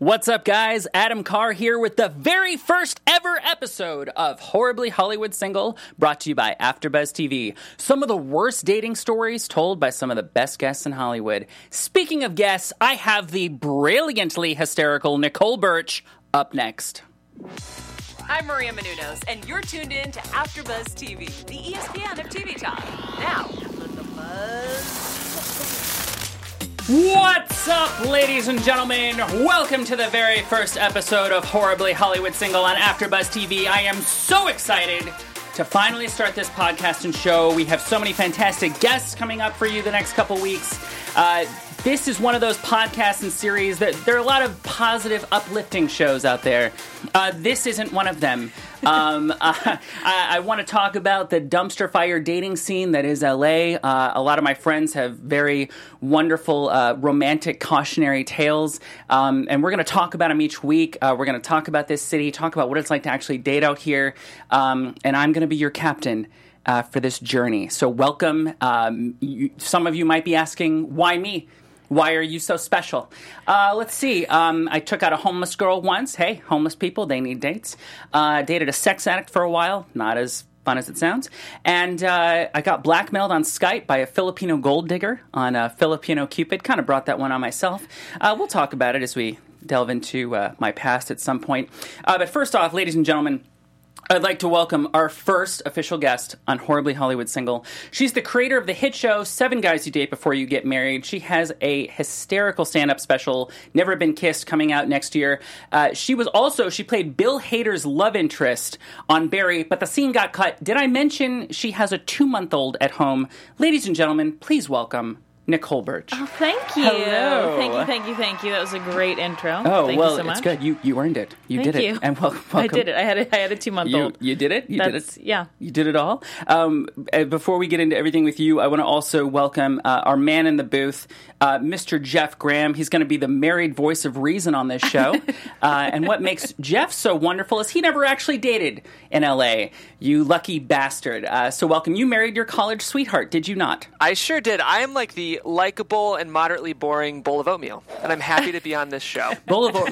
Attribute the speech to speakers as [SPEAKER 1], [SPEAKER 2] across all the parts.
[SPEAKER 1] What's up, guys? Adam Carr here with the very first ever episode of Horribly Hollywood Single, brought to you by AfterBuzz TV. Some of the worst dating stories told by some of the best guests in Hollywood. Speaking of guests, I have the brilliantly hysterical Nicole Birch up next.
[SPEAKER 2] I'm Maria Menounos, and you're tuned in to AfterBuzz TV, the E ESPN of TV talk. Now, let the buzz.
[SPEAKER 1] What's up, ladies and gentlemen? Welcome to the very first episode of Horribly Hollywood Single on AfterBuzz TV. I am so excited to finally start this podcast and show. We have so many fantastic guests coming up for you the next couple weeks. Uh, this is one of those podcasts and series that there are a lot of positive, uplifting shows out there. Uh, this isn't one of them. Um, uh, I, I want to talk about the dumpster fire dating scene that is LA. Uh, a lot of my friends have very wonderful uh, romantic cautionary tales, um, and we're going to talk about them each week. Uh, we're going to talk about this city, talk about what it's like to actually date out here, um, and I'm going to be your captain uh, for this journey. So, welcome. Um, you, some of you might be asking, why me? Why are you so special? Uh, let's see. Um, I took out a homeless girl once. Hey, homeless people, they need dates. Uh, dated a sex addict for a while. Not as fun as it sounds. And uh, I got blackmailed on Skype by a Filipino gold digger on a Filipino Cupid. Kind of brought that one on myself. Uh, we'll talk about it as we delve into uh, my past at some point. Uh, but first off, ladies and gentlemen, I'd like to welcome our first official guest on Horribly Hollywood Single. She's the creator of the hit show Seven Guys You Date Before You Get Married. She has a hysterical stand up special, Never Been Kissed, coming out next year. Uh, she was also, she played Bill Hader's love interest on Barry, but the scene got cut. Did I mention she has a two month old at home? Ladies and gentlemen, please welcome Nicole Birch.
[SPEAKER 3] Oh, thank you.
[SPEAKER 1] Hello.
[SPEAKER 3] Thank you, thank you, thank you. That was a great intro.
[SPEAKER 1] Oh,
[SPEAKER 3] thank
[SPEAKER 1] well,
[SPEAKER 3] you so much.
[SPEAKER 1] it's good. You you earned it. You
[SPEAKER 3] Thank
[SPEAKER 1] did it.
[SPEAKER 3] you.
[SPEAKER 1] And wel- welcome.
[SPEAKER 3] I did it. I had a, I had a two month
[SPEAKER 1] You,
[SPEAKER 3] old.
[SPEAKER 1] you did it. You
[SPEAKER 3] That's-
[SPEAKER 1] did it.
[SPEAKER 3] yeah.
[SPEAKER 1] You did it all. Um, uh, before we get into everything with you, I want to also welcome uh, our man in the booth, uh, Mr. Jeff Graham. He's going to be the married voice of reason on this show. uh, and what makes Jeff so wonderful is he never actually dated in L.A. You lucky bastard. Uh, so welcome. You married your college sweetheart, did you not?
[SPEAKER 4] I sure did. I am like the likable and moderately boring bowl of oatmeal, and I'm happy to be on this show.
[SPEAKER 1] Bowl of oat-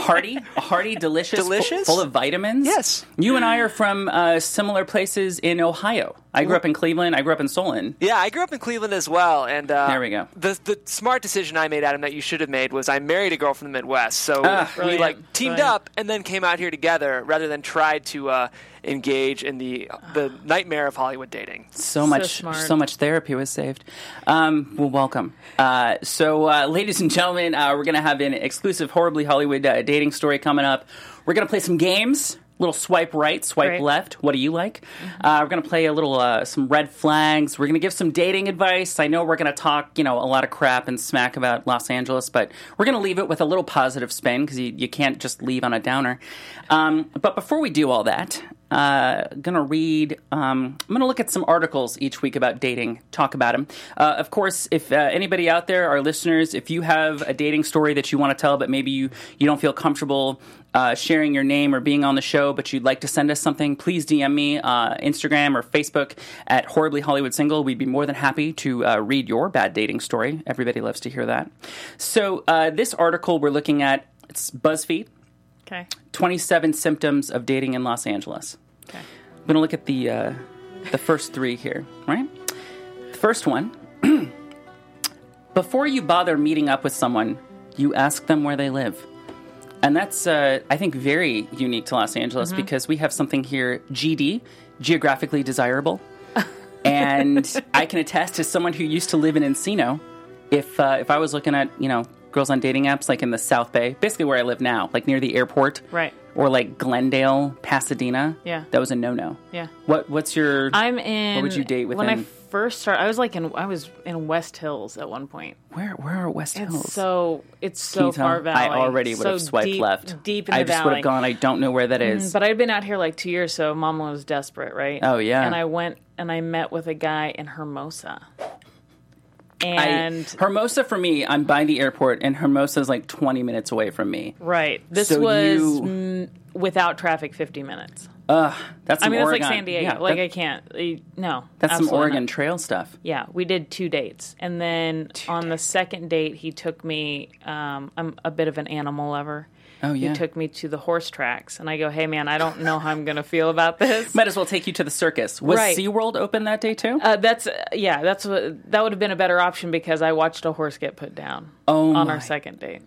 [SPEAKER 1] hearty, hearty, delicious, fu-
[SPEAKER 4] Delicious?
[SPEAKER 1] full of vitamins.
[SPEAKER 4] Yes.
[SPEAKER 1] you and I are from uh, similar places in Ohio. I grew up in Cleveland. I grew up in Solon.
[SPEAKER 4] yeah, I grew up in Cleveland as well, and uh,
[SPEAKER 1] There we go.
[SPEAKER 4] The the smart decision I made, Adam, that you should have made was I married a girl from the Midwest, so we
[SPEAKER 1] Ah,
[SPEAKER 3] brilliant,
[SPEAKER 4] like teamed
[SPEAKER 3] brilliant.
[SPEAKER 4] up and then came out here together, rather than tried to uh, engage in the
[SPEAKER 1] Ah.
[SPEAKER 4] the nightmare of Hollywood dating.
[SPEAKER 1] so much so,
[SPEAKER 3] smart.
[SPEAKER 1] much therapy was saved um, well welcome uh, so uh, ladies and gentlemen uh, we're gonna have an exclusive horribly hollywood uh, dating story coming up we're gonna play some games little swipe right swipe
[SPEAKER 3] Right.
[SPEAKER 1] left what do you like uh, we're gonna play a little uh, some red flags we're gonna give some dating advice i know we're gonna talk you know a lot of crap and smack about los angeles but we're gonna leave it with a little positive spin because you, you can't just leave on a downer um, but before we do all that uh, gonna read. Um, I'm gonna look at some articles each week about dating. Talk about them. Uh, of course, if uh, anybody out there, our listeners, if you have a dating story that you want to tell, but maybe you you don't feel comfortable uh, sharing your name or being on the show, but you'd like to send us something, please DM me uh, Instagram or Facebook at horribly Hollywood Single. We'd be more than happy to uh, read your bad dating story. Everybody loves to hear that. So uh, this article we're looking at, it's BuzzFeed.
[SPEAKER 3] Okay.
[SPEAKER 1] 27 symptoms of dating in Los Angeles.
[SPEAKER 3] Okay.
[SPEAKER 1] I'm going to look at the uh, the first three here, right? The first one. Before you bother meeting up with someone, you ask them where they live. And that's, uh, I think, very unique to Los Angeles
[SPEAKER 3] Mm-hmm.
[SPEAKER 1] because we have something here, GD, geographically desirable. and I can attest as someone who used to live in Encino, if uh, if I was looking at you know girls on dating apps like in the South Bay, basically where I live now, like near the airport,
[SPEAKER 3] Right.
[SPEAKER 1] or like Glendale, Pasadena,
[SPEAKER 3] Yeah.
[SPEAKER 1] that was a no no.
[SPEAKER 3] Yeah.
[SPEAKER 1] What what's your?
[SPEAKER 3] I'm in.
[SPEAKER 1] What would you date
[SPEAKER 3] When I
[SPEAKER 1] within-
[SPEAKER 3] first started, I was like in I was in West Hills at one point.
[SPEAKER 1] where where are West Hills?
[SPEAKER 3] So it's
[SPEAKER 1] Can
[SPEAKER 3] so
[SPEAKER 1] you tell?
[SPEAKER 3] far valley.
[SPEAKER 1] I already would
[SPEAKER 3] so
[SPEAKER 1] have swiped
[SPEAKER 3] deep-
[SPEAKER 1] left.
[SPEAKER 3] Deep in
[SPEAKER 1] I
[SPEAKER 3] the
[SPEAKER 1] just would
[SPEAKER 3] valley. Mm-hmm.
[SPEAKER 1] have gone. I don't know where that is.
[SPEAKER 3] But I'd been out here like two years, so mom was desperate, right?
[SPEAKER 1] Oh, yeah.
[SPEAKER 3] And I went and I met with a guy in Hermosa.
[SPEAKER 1] I-
[SPEAKER 3] And
[SPEAKER 1] Hermosa for me, I'm by the airport, and Hermosa is like 20 minutes away from me.
[SPEAKER 3] right, this
[SPEAKER 1] So
[SPEAKER 3] was
[SPEAKER 1] you-
[SPEAKER 3] mm, in without traffic 50 minutes.
[SPEAKER 1] Ugh, that's
[SPEAKER 3] I
[SPEAKER 1] some
[SPEAKER 3] mean,
[SPEAKER 1] Oregon.
[SPEAKER 3] that's like San Diego.
[SPEAKER 1] Yeah,
[SPEAKER 3] like
[SPEAKER 1] that-
[SPEAKER 3] I can't. I- no,
[SPEAKER 1] that's some
[SPEAKER 3] absolutely not.
[SPEAKER 1] Oregon Trail stuff.
[SPEAKER 3] Yeah, we did two dates, and then on the second date, he took me. Um, I'm a bit of an animal lover.
[SPEAKER 1] Oh, yeah.
[SPEAKER 3] He took me to the horse tracks, and I go, "Hey, man, I don't know how I'm gonna feel about this."
[SPEAKER 1] Might as well take you to the circus. Was
[SPEAKER 3] Right.
[SPEAKER 1] SeaWorld open that day too?
[SPEAKER 3] Uh, that's uh, yeah. That's what that would have been a better option because I watched a horse get put down
[SPEAKER 1] Oh
[SPEAKER 3] on
[SPEAKER 1] my-
[SPEAKER 3] our second date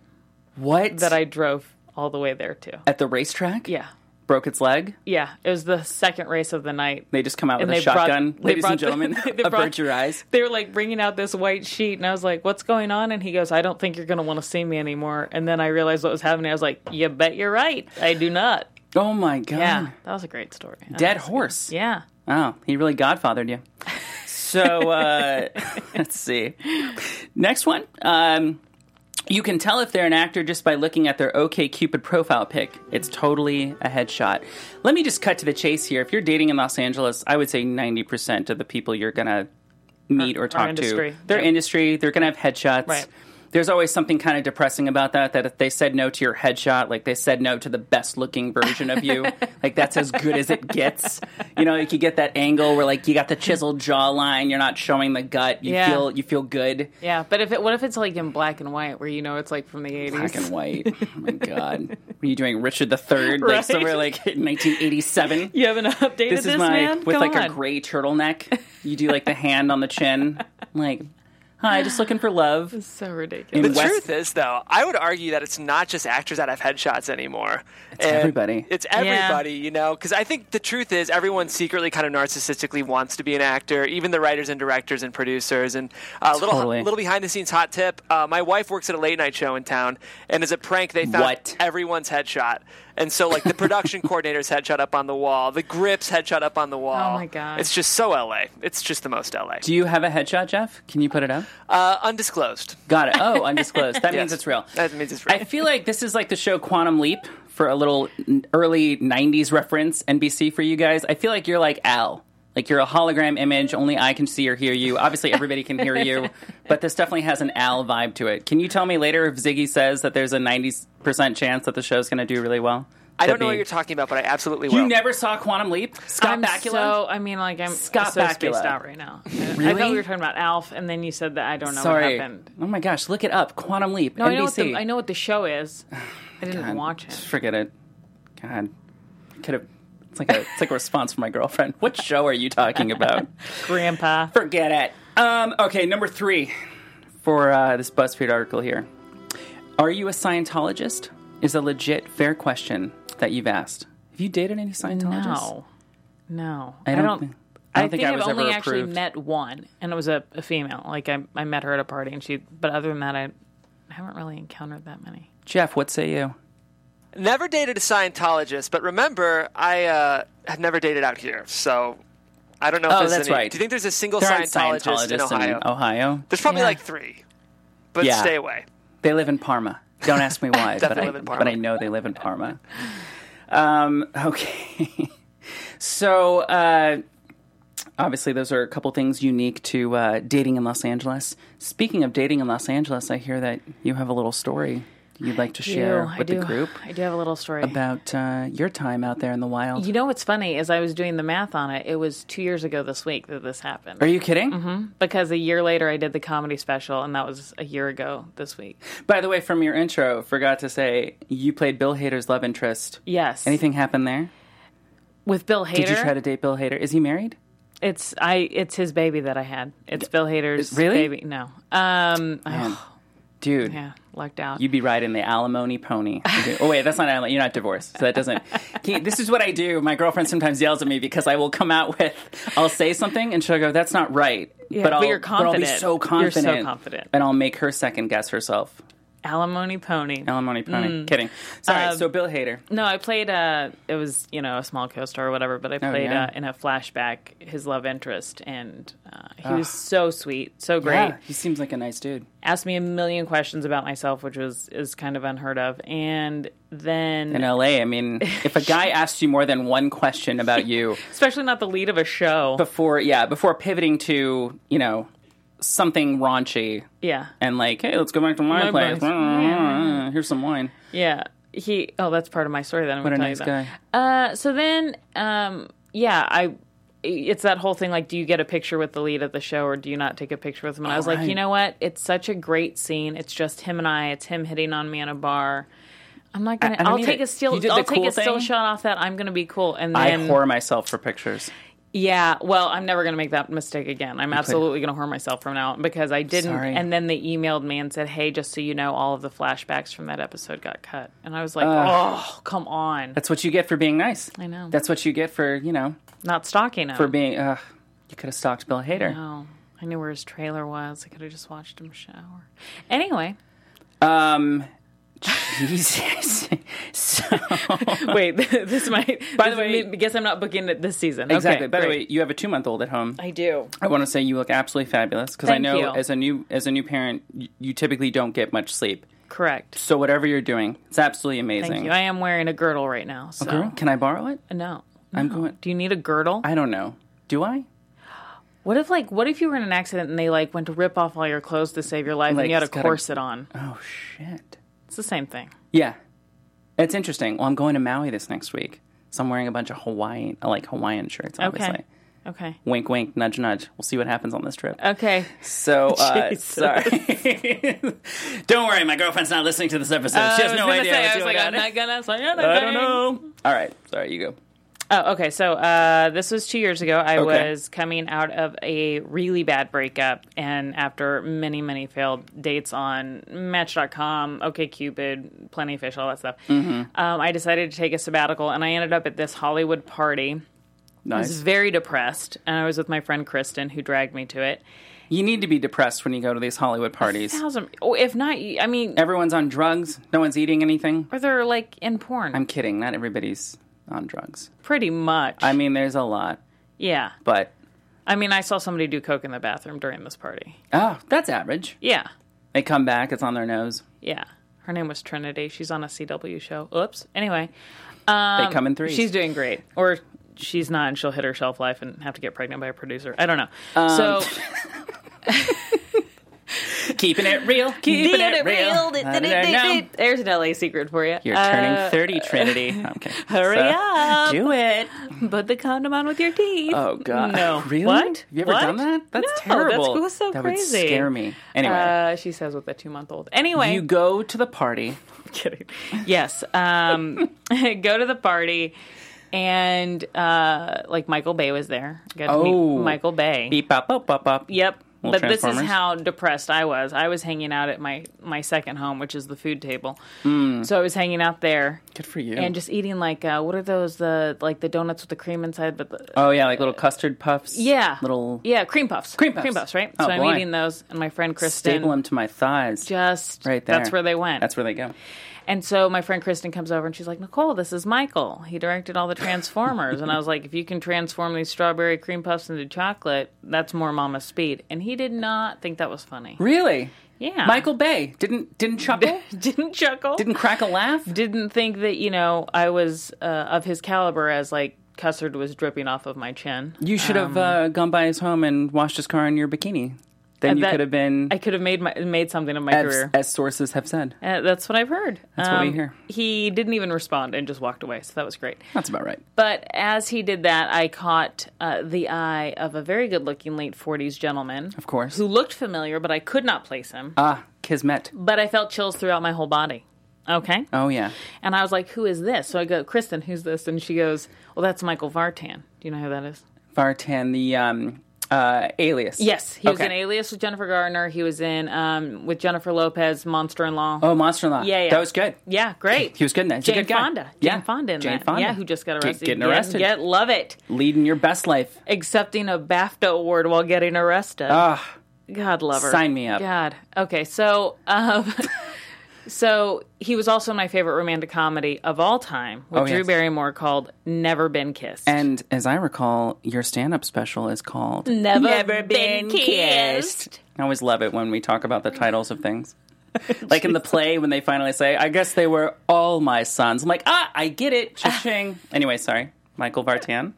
[SPEAKER 1] what?
[SPEAKER 3] that I drove all the way there to.
[SPEAKER 1] at the racetrack?
[SPEAKER 3] Yeah,
[SPEAKER 1] Broke its leg.
[SPEAKER 3] yeah. It was the second race of the night.
[SPEAKER 1] They just come out with
[SPEAKER 3] And
[SPEAKER 1] a
[SPEAKER 3] they brought-
[SPEAKER 1] shotgun.
[SPEAKER 3] they
[SPEAKER 1] Ladies and
[SPEAKER 3] brought the-
[SPEAKER 1] gentlemen,
[SPEAKER 3] they
[SPEAKER 1] avert
[SPEAKER 3] brought-
[SPEAKER 1] your eyes.
[SPEAKER 3] They were like bringing out this white sheet, and I was like, "What's going on?" And he goes, "I don't think you're going to want to see me anymore." And then I realized what was happening. I was like, "You bet you're right. I do not."
[SPEAKER 1] Oh my god.
[SPEAKER 3] Yeah, that was a great story.
[SPEAKER 1] Dead horse.
[SPEAKER 3] Yeah.
[SPEAKER 1] Oh, he really godfathered you. So uh, let's see. Next one. Um, you can tell if they're an actor just by looking at their OK Cupid profile pic. It's totally a headshot. Let me just cut to the chase here. If you're dating in Los Angeles, I would say 90% of the people you're going to meet or talk to,
[SPEAKER 3] industry.
[SPEAKER 1] their
[SPEAKER 3] Yep.
[SPEAKER 1] industry, they're going to have headshots.
[SPEAKER 3] Right.
[SPEAKER 1] There's always something kind of depressing about that, that if they said no to your headshot, like they said no to the best looking version of you, like that's as good as it gets. You know, you could get that angle where like you got the chiseled jawline, you're not showing the gut, you
[SPEAKER 3] Yeah.
[SPEAKER 1] feel you feel good.
[SPEAKER 3] Yeah, but if it, what if it's like in black and white, where you know it's like from the
[SPEAKER 1] Black
[SPEAKER 3] eighties?
[SPEAKER 1] and white. Oh my god. Were you doing Richard the Third? Like so
[SPEAKER 3] Right.
[SPEAKER 1] we're like in nineteen eighty seven.
[SPEAKER 3] You haven't updated this,
[SPEAKER 1] This is my
[SPEAKER 3] man
[SPEAKER 1] with
[SPEAKER 3] Come
[SPEAKER 1] like
[SPEAKER 3] on.
[SPEAKER 1] a gray turtleneck. You do like the hand on the chin. Like, hi, just looking for love.
[SPEAKER 3] So
[SPEAKER 1] In
[SPEAKER 3] ridiculous.
[SPEAKER 4] The
[SPEAKER 1] West-
[SPEAKER 4] truth is, though, I would argue that it's not just actors that have headshots anymore. It's
[SPEAKER 1] everybody.
[SPEAKER 4] It's everybody, you know, because I think the truth is everyone secretly kind of narcissistically wants to be an actor, even the writers and directors and producers. And uh, a little,
[SPEAKER 1] Totally.
[SPEAKER 4] little behind the scenes hot tip uh, my wife works at a late night show in town, and as a prank, they found
[SPEAKER 1] What?
[SPEAKER 4] everyone's headshot. And so, like, the production coordinator's headshot up on the wall, the grips headshot up on the wall.
[SPEAKER 3] Oh my God.
[SPEAKER 4] It's just so LA. It's just the most LA.
[SPEAKER 1] Do you have a headshot, Jeff? Can you put it up?
[SPEAKER 4] Uh, undisclosed.
[SPEAKER 1] Got it. Oh, undisclosed. That means
[SPEAKER 4] Yes.
[SPEAKER 1] it's real.
[SPEAKER 4] That means it's real.
[SPEAKER 1] I feel like this is like the show Quantum Leap for a little n- early 90s reference, NBC for you guys. I feel like you're like Al. Like you're a hologram image, only I can see or hear you. Obviously, everybody can hear you, but this definitely has an Al vibe to it. Can you tell me later if Ziggy says that there's a 90% chance that the show's going to do really well?
[SPEAKER 4] I don't know what you're talking about, but I absolutely will.
[SPEAKER 1] You never saw Quantum Leap? Scott
[SPEAKER 3] I'm
[SPEAKER 1] Bakula?
[SPEAKER 3] so. I mean, like I'm
[SPEAKER 1] Scott
[SPEAKER 3] so
[SPEAKER 1] Bakula.
[SPEAKER 3] spaced out right now. I
[SPEAKER 1] Really?
[SPEAKER 3] thought we were talking about Alf, and then you said that I don't know
[SPEAKER 1] Sorry.
[SPEAKER 3] what happened.
[SPEAKER 1] Oh my gosh, look it up. Quantum Leap.
[SPEAKER 3] No,
[SPEAKER 1] NBC.
[SPEAKER 3] I know what the I know what the show is. I didn't
[SPEAKER 1] God,
[SPEAKER 3] watch
[SPEAKER 1] just
[SPEAKER 3] it.
[SPEAKER 1] Forget it. God, could have. It's like a it's like a response from my girlfriend. What show are you talking about?
[SPEAKER 3] Grandpa.
[SPEAKER 1] Forget it. Um. Okay, number three for uh, this BuzzFeed article here. Are you a Scientologist? Is a legit fair question that you've asked. Have you dated any Scientologists?
[SPEAKER 3] No, no.
[SPEAKER 1] I don't. thi- I
[SPEAKER 3] I,
[SPEAKER 1] don't think,
[SPEAKER 3] think,
[SPEAKER 1] I
[SPEAKER 3] I've
[SPEAKER 1] was
[SPEAKER 3] only
[SPEAKER 1] ever
[SPEAKER 3] actually
[SPEAKER 1] approved.
[SPEAKER 3] met one, and it was a, a female. Like I, I met her at a party, and she. But other than that, I, I haven't really encountered that many.
[SPEAKER 1] Jeff, what say you?
[SPEAKER 4] Never dated a Scientologist, but remember, I uh, have never dated out here, so I don't know.
[SPEAKER 1] Oh,
[SPEAKER 4] if there's
[SPEAKER 1] that's
[SPEAKER 4] any-
[SPEAKER 1] right.
[SPEAKER 4] Do you think there's a single
[SPEAKER 1] There aren't
[SPEAKER 4] Scientologist in
[SPEAKER 1] Scientologists
[SPEAKER 4] Ohio?
[SPEAKER 1] Ohio.
[SPEAKER 4] There's probably
[SPEAKER 3] Yeah.
[SPEAKER 4] like three, but
[SPEAKER 1] Yeah.
[SPEAKER 4] stay away.
[SPEAKER 1] They live in Parma. Don't ask me why, but,
[SPEAKER 4] Definitely
[SPEAKER 1] I,
[SPEAKER 4] live in Parma.
[SPEAKER 1] but I know they live in Parma. Um, okay. so, uh, obviously, those are a couple things unique to uh, dating in Los Angeles. Speaking of dating in Los Angeles, I hear that you have a little story you'd like to share
[SPEAKER 3] Ew, I
[SPEAKER 1] with
[SPEAKER 3] do.
[SPEAKER 1] the group
[SPEAKER 3] I do have a little story.
[SPEAKER 1] about uh, your time out there in the wild.
[SPEAKER 3] you know what's funny is I was doing the math on it. It was two years ago this week that this happened.
[SPEAKER 1] are you kidding?
[SPEAKER 3] Mm-hmm. because a year later I did the comedy special, and that was a year ago this week.
[SPEAKER 1] By the way, from your intro, forgot to say you played Bill Hader's love interest.
[SPEAKER 3] Yes.
[SPEAKER 1] Anything happened there?
[SPEAKER 3] with Bill Hader?
[SPEAKER 1] Did you try to date Bill Hader? Is he married?
[SPEAKER 3] It's I. It's his baby that I had. It's Bill Hader's
[SPEAKER 1] Really?
[SPEAKER 3] baby. No. Um. I-
[SPEAKER 1] Man. Dude.
[SPEAKER 3] yeah. Lucked out.
[SPEAKER 1] You'd be riding the alimony pony. Oh wait, that's not alimony. You're not divorced, so that doesn't. Okay, this is what I do. My girlfriend sometimes yells at me because I will come out with, I'll say something, and she'll go, "That's not right."
[SPEAKER 3] Yeah,
[SPEAKER 1] but,
[SPEAKER 3] but
[SPEAKER 1] I'll,
[SPEAKER 3] you're
[SPEAKER 1] I'll be
[SPEAKER 3] confident.
[SPEAKER 1] so
[SPEAKER 3] You're so
[SPEAKER 1] confident.
[SPEAKER 3] confident.
[SPEAKER 1] And I'll make her second guess herself.
[SPEAKER 3] Alimony pony.
[SPEAKER 1] Alimony pony. Kidding. Sorry.
[SPEAKER 3] Um,
[SPEAKER 1] so Bill Hader.
[SPEAKER 3] No, I played. Uh, it was you know a small co-star or whatever, but I played
[SPEAKER 1] Oh, yeah.
[SPEAKER 3] uh, in a flashback his love interest, and uh, he was so sweet, so great.
[SPEAKER 1] Yeah, he seems like a nice dude.
[SPEAKER 3] Asked me a million questions about myself, which was is kind of unheard of, and then
[SPEAKER 1] In L.A., I mean, if a guy asks you more than one question about you
[SPEAKER 3] especially not the lead of a show.
[SPEAKER 1] before, yeah, before pivoting to you know something raunchy
[SPEAKER 3] yeah,
[SPEAKER 1] and like, hey, let's go back to my,
[SPEAKER 3] My
[SPEAKER 1] place.
[SPEAKER 3] place.
[SPEAKER 1] Here's some wine.
[SPEAKER 3] yeah. he oh that's part of my story that I'm
[SPEAKER 1] What a
[SPEAKER 3] gonna
[SPEAKER 1] nice
[SPEAKER 3] tell you about.
[SPEAKER 1] guy.
[SPEAKER 3] Uh, so then, um, yeah, I. It's that whole thing like, do you get a picture with the lead at the show or do you not take a picture with him? And I was like,
[SPEAKER 1] right.
[SPEAKER 3] you know what? It's such a great scene. It's just him and I. It's him hitting on me in a bar. I'm not gonna.
[SPEAKER 1] I don't
[SPEAKER 3] I, will
[SPEAKER 1] need
[SPEAKER 3] take
[SPEAKER 1] it.
[SPEAKER 3] a still.
[SPEAKER 1] You did the
[SPEAKER 3] I'll take
[SPEAKER 1] cool
[SPEAKER 3] a still
[SPEAKER 1] thing.
[SPEAKER 3] shot off that. I'm gonna be cool. And
[SPEAKER 1] I
[SPEAKER 3] then
[SPEAKER 1] whore myself for pictures.
[SPEAKER 3] yeah, well, I'm never going to make that mistake again. I'm absolutely going to harm myself from now on because I didn't.
[SPEAKER 1] Sorry.
[SPEAKER 3] And then they emailed me and said, "Hey, just so you know, all of the flashbacks from that episode got cut." And I was like, "Oh, come on,
[SPEAKER 1] That's what you get for being nice.
[SPEAKER 3] I know.
[SPEAKER 1] That's what you get for you know
[SPEAKER 3] not stalking him."
[SPEAKER 1] for being. Uh, you could have stalked Bill Hader.
[SPEAKER 3] oh, I knew where his trailer was. I could have just watched him shower. Anyway,
[SPEAKER 1] Um, Jesus. so,
[SPEAKER 3] wait, this might. By
[SPEAKER 1] the way-
[SPEAKER 3] guess I'm not booking it this season.
[SPEAKER 1] exactly.
[SPEAKER 3] Okay,
[SPEAKER 1] By the
[SPEAKER 3] great.
[SPEAKER 1] way, you have a two-month-old at home.
[SPEAKER 3] I do.
[SPEAKER 1] I want to say you look absolutely fabulous because I
[SPEAKER 3] Thank
[SPEAKER 1] know
[SPEAKER 3] you.
[SPEAKER 1] as a new as a new parent, you, you typically don't get much sleep.
[SPEAKER 3] Correct.
[SPEAKER 1] So whatever you're doing, it's absolutely amazing.
[SPEAKER 3] Thank you. I am wearing a girdle right now. So Uh,
[SPEAKER 1] Girl, can I borrow it?
[SPEAKER 3] no.
[SPEAKER 1] I'm going.
[SPEAKER 3] Do you need a girdle?
[SPEAKER 1] I don't know. Do I?
[SPEAKER 3] What if like what if you were in an accident and they like went to rip off all your clothes to save your life
[SPEAKER 1] Like,
[SPEAKER 3] and you had a
[SPEAKER 1] it's gotta-
[SPEAKER 3] corset on?
[SPEAKER 1] Oh shit.
[SPEAKER 3] It's the same thing.
[SPEAKER 1] Yeah, it's interesting. Well, I'm going to Maui this next week, so I'm wearing a bunch of Hawaiian, I like Hawaiian shirts, obviously.
[SPEAKER 3] Okay.
[SPEAKER 1] Wink, wink, nudge, nudge. We'll see what happens on this trip.
[SPEAKER 3] Okay.
[SPEAKER 1] So, uh,
[SPEAKER 3] Jesus.
[SPEAKER 1] sorry. don't worry, my girlfriend's not listening to this episode. she has
[SPEAKER 3] Uh, I was
[SPEAKER 1] no
[SPEAKER 3] gonna
[SPEAKER 1] idea.
[SPEAKER 3] say,
[SPEAKER 1] what's
[SPEAKER 3] I was
[SPEAKER 1] going
[SPEAKER 3] like, I'm
[SPEAKER 1] on.
[SPEAKER 3] not gonna say anything.
[SPEAKER 1] I don't know. All right, sorry, you go.
[SPEAKER 3] Oh, okay. So uh, this was two years ago. I
[SPEAKER 1] Okay.
[SPEAKER 3] was coming out of a really bad breakup, and after many, many failed dates on Match.com, OkCupid, Plenty of Fish, all that stuff,
[SPEAKER 1] Mm-hmm.
[SPEAKER 3] um, I decided to take a sabbatical, and I ended up at this Hollywood party. I was
[SPEAKER 1] Nice.
[SPEAKER 3] very depressed, and I was with my friend Kristen, who dragged me to it.
[SPEAKER 1] You need to be depressed when you go to these Hollywood parties.
[SPEAKER 3] Thousand, oh, if not, you- I mean,
[SPEAKER 1] Everyone's on drugs. No one's eating anything.
[SPEAKER 3] or they're like in porn,
[SPEAKER 1] I'm kidding. Not everybody's on drugs.
[SPEAKER 3] pretty much.
[SPEAKER 1] I mean, there's a lot,
[SPEAKER 3] yeah,
[SPEAKER 1] but
[SPEAKER 3] I mean, I saw somebody do coke in the bathroom during this party.
[SPEAKER 1] oh, that's average.
[SPEAKER 3] Yeah,
[SPEAKER 1] They come back. It's on their nose.
[SPEAKER 3] yeah. Her name was Trinity. She's on a CW show. Oops. Anyway,
[SPEAKER 1] they come in threes.
[SPEAKER 3] she's doing great, or she's not, and she'll hit her shelf life and have to get pregnant by a producer. I don't know.
[SPEAKER 1] Um,
[SPEAKER 3] so
[SPEAKER 1] keeping it real. Keeping it real. No.
[SPEAKER 3] there's an LA secret for you.
[SPEAKER 1] You're
[SPEAKER 3] Uh,
[SPEAKER 1] turning 30, Trinity. Okay.
[SPEAKER 3] Hurry up!
[SPEAKER 1] Do it.
[SPEAKER 3] Put the condom on with your teeth.
[SPEAKER 1] Oh, God.
[SPEAKER 3] No.
[SPEAKER 1] Really?
[SPEAKER 3] What?
[SPEAKER 1] You ever
[SPEAKER 3] What?
[SPEAKER 1] done that? That's
[SPEAKER 3] No, that's
[SPEAKER 1] terrible.
[SPEAKER 3] cool, so
[SPEAKER 1] that
[SPEAKER 3] crazy.
[SPEAKER 1] would scare me. Anyway,
[SPEAKER 3] Uh, she says with a two month old. Anyway,
[SPEAKER 1] you go to the party.
[SPEAKER 3] kidding. Yes. Um, go to the party, and uh, like Michael Bay was there. Got to meet
[SPEAKER 1] Oh.
[SPEAKER 3] Michael Bay.
[SPEAKER 1] Beep, bop, bop, bop, bop.
[SPEAKER 3] Yep.
[SPEAKER 1] Little
[SPEAKER 3] But this is
[SPEAKER 1] Transformers.
[SPEAKER 3] how depressed I was. I was hanging out at my my second home, which is the food table. So I was hanging out there.
[SPEAKER 1] Mm. Good for you.
[SPEAKER 3] And just eating like uh, what are those the like the donuts with the cream inside, but the,
[SPEAKER 1] oh, yeah, like little custard puffs.
[SPEAKER 3] yeah,
[SPEAKER 1] Little
[SPEAKER 3] yeah cream puffs,
[SPEAKER 1] Cream puffs.
[SPEAKER 3] cream puffs, right?
[SPEAKER 1] Oh,
[SPEAKER 3] so I'm
[SPEAKER 1] boy.
[SPEAKER 3] eating those, and my friend Kristen
[SPEAKER 1] staple them to my thighs.
[SPEAKER 3] just
[SPEAKER 1] right there.
[SPEAKER 3] That's where they went.
[SPEAKER 1] That's where they go.
[SPEAKER 3] And so my friend Kristen comes over and she's like, Nicole, this is Michael. He directed all the Transformers. and I was like, if you can transform these strawberry cream puffs into chocolate, that's more Mama Speed. And he did not think that was funny.
[SPEAKER 1] Really?
[SPEAKER 3] Yeah.
[SPEAKER 1] Michael Bay didn't didn't chuckle,
[SPEAKER 3] didn't chuckle.
[SPEAKER 1] didn't crack a laugh.
[SPEAKER 3] Didn't think that, you know, I was uh, of his caliber as like custard was dripping off of my chin.
[SPEAKER 1] You should have
[SPEAKER 3] Um,
[SPEAKER 1] uh, gone by his home and washed his car in your bikini. Then
[SPEAKER 3] And
[SPEAKER 1] you
[SPEAKER 3] that-
[SPEAKER 1] could have been,
[SPEAKER 3] I could have made my made something of my
[SPEAKER 1] as,
[SPEAKER 3] career.
[SPEAKER 1] as sources have said.
[SPEAKER 3] Uh, that's what I've heard. That's
[SPEAKER 1] what we hear.
[SPEAKER 3] He didn't even respond and just walked away. So that was great.
[SPEAKER 1] That's about right.
[SPEAKER 3] But as he did that, I caught uh, the eye of a very good looking late 40s gentleman.
[SPEAKER 1] Of course.
[SPEAKER 3] Who looked familiar, but I could not place him.
[SPEAKER 1] Ah, Kismet.
[SPEAKER 3] but I felt chills throughout my whole body. Okay.
[SPEAKER 1] Oh, yeah.
[SPEAKER 3] And I was like, who is this? So I go, Kristen, who's this? And she goes, well, that's Michael Vartan. Do you know who that is?
[SPEAKER 1] Vartan, the um, uh, alias.
[SPEAKER 3] Yes. He was
[SPEAKER 1] Okay.
[SPEAKER 3] in Alias with Jennifer Garner. He was in um, with Jennifer Lopez, Monster in Law.
[SPEAKER 1] Oh, Monster in Law.
[SPEAKER 3] Yeah, yeah.
[SPEAKER 1] That was good.
[SPEAKER 3] Yeah, great.
[SPEAKER 1] He was good in that. He's a
[SPEAKER 3] Jane
[SPEAKER 1] good guy.
[SPEAKER 3] Fonda.
[SPEAKER 1] Yeah.
[SPEAKER 3] Jane Fonda in
[SPEAKER 1] Jane
[SPEAKER 3] that.
[SPEAKER 1] Fonda.
[SPEAKER 3] Yeah, who just got
[SPEAKER 1] Get-
[SPEAKER 3] arrested.
[SPEAKER 1] getting
[SPEAKER 3] Yeah,
[SPEAKER 1] arrested.
[SPEAKER 3] Get, love it.
[SPEAKER 1] Leading your best life.
[SPEAKER 3] accepting a BAFTA award while getting arrested.
[SPEAKER 1] Ah,
[SPEAKER 3] God love her.
[SPEAKER 1] sign me up.
[SPEAKER 3] God. Okay, so um, so he was also in my favorite romantic comedy of all time with
[SPEAKER 1] Oh,
[SPEAKER 3] Drew
[SPEAKER 1] yes.
[SPEAKER 3] Barrymore called Never Been Kissed.
[SPEAKER 1] and as I recall, your stand up special is called
[SPEAKER 3] Never,
[SPEAKER 1] I always love it when we talk about the titles of things. like in the play when they finally say, I guess they were all my sons. I'm like, ah, I get it. Cha-ching. anyway, sorry. Michael Vartan.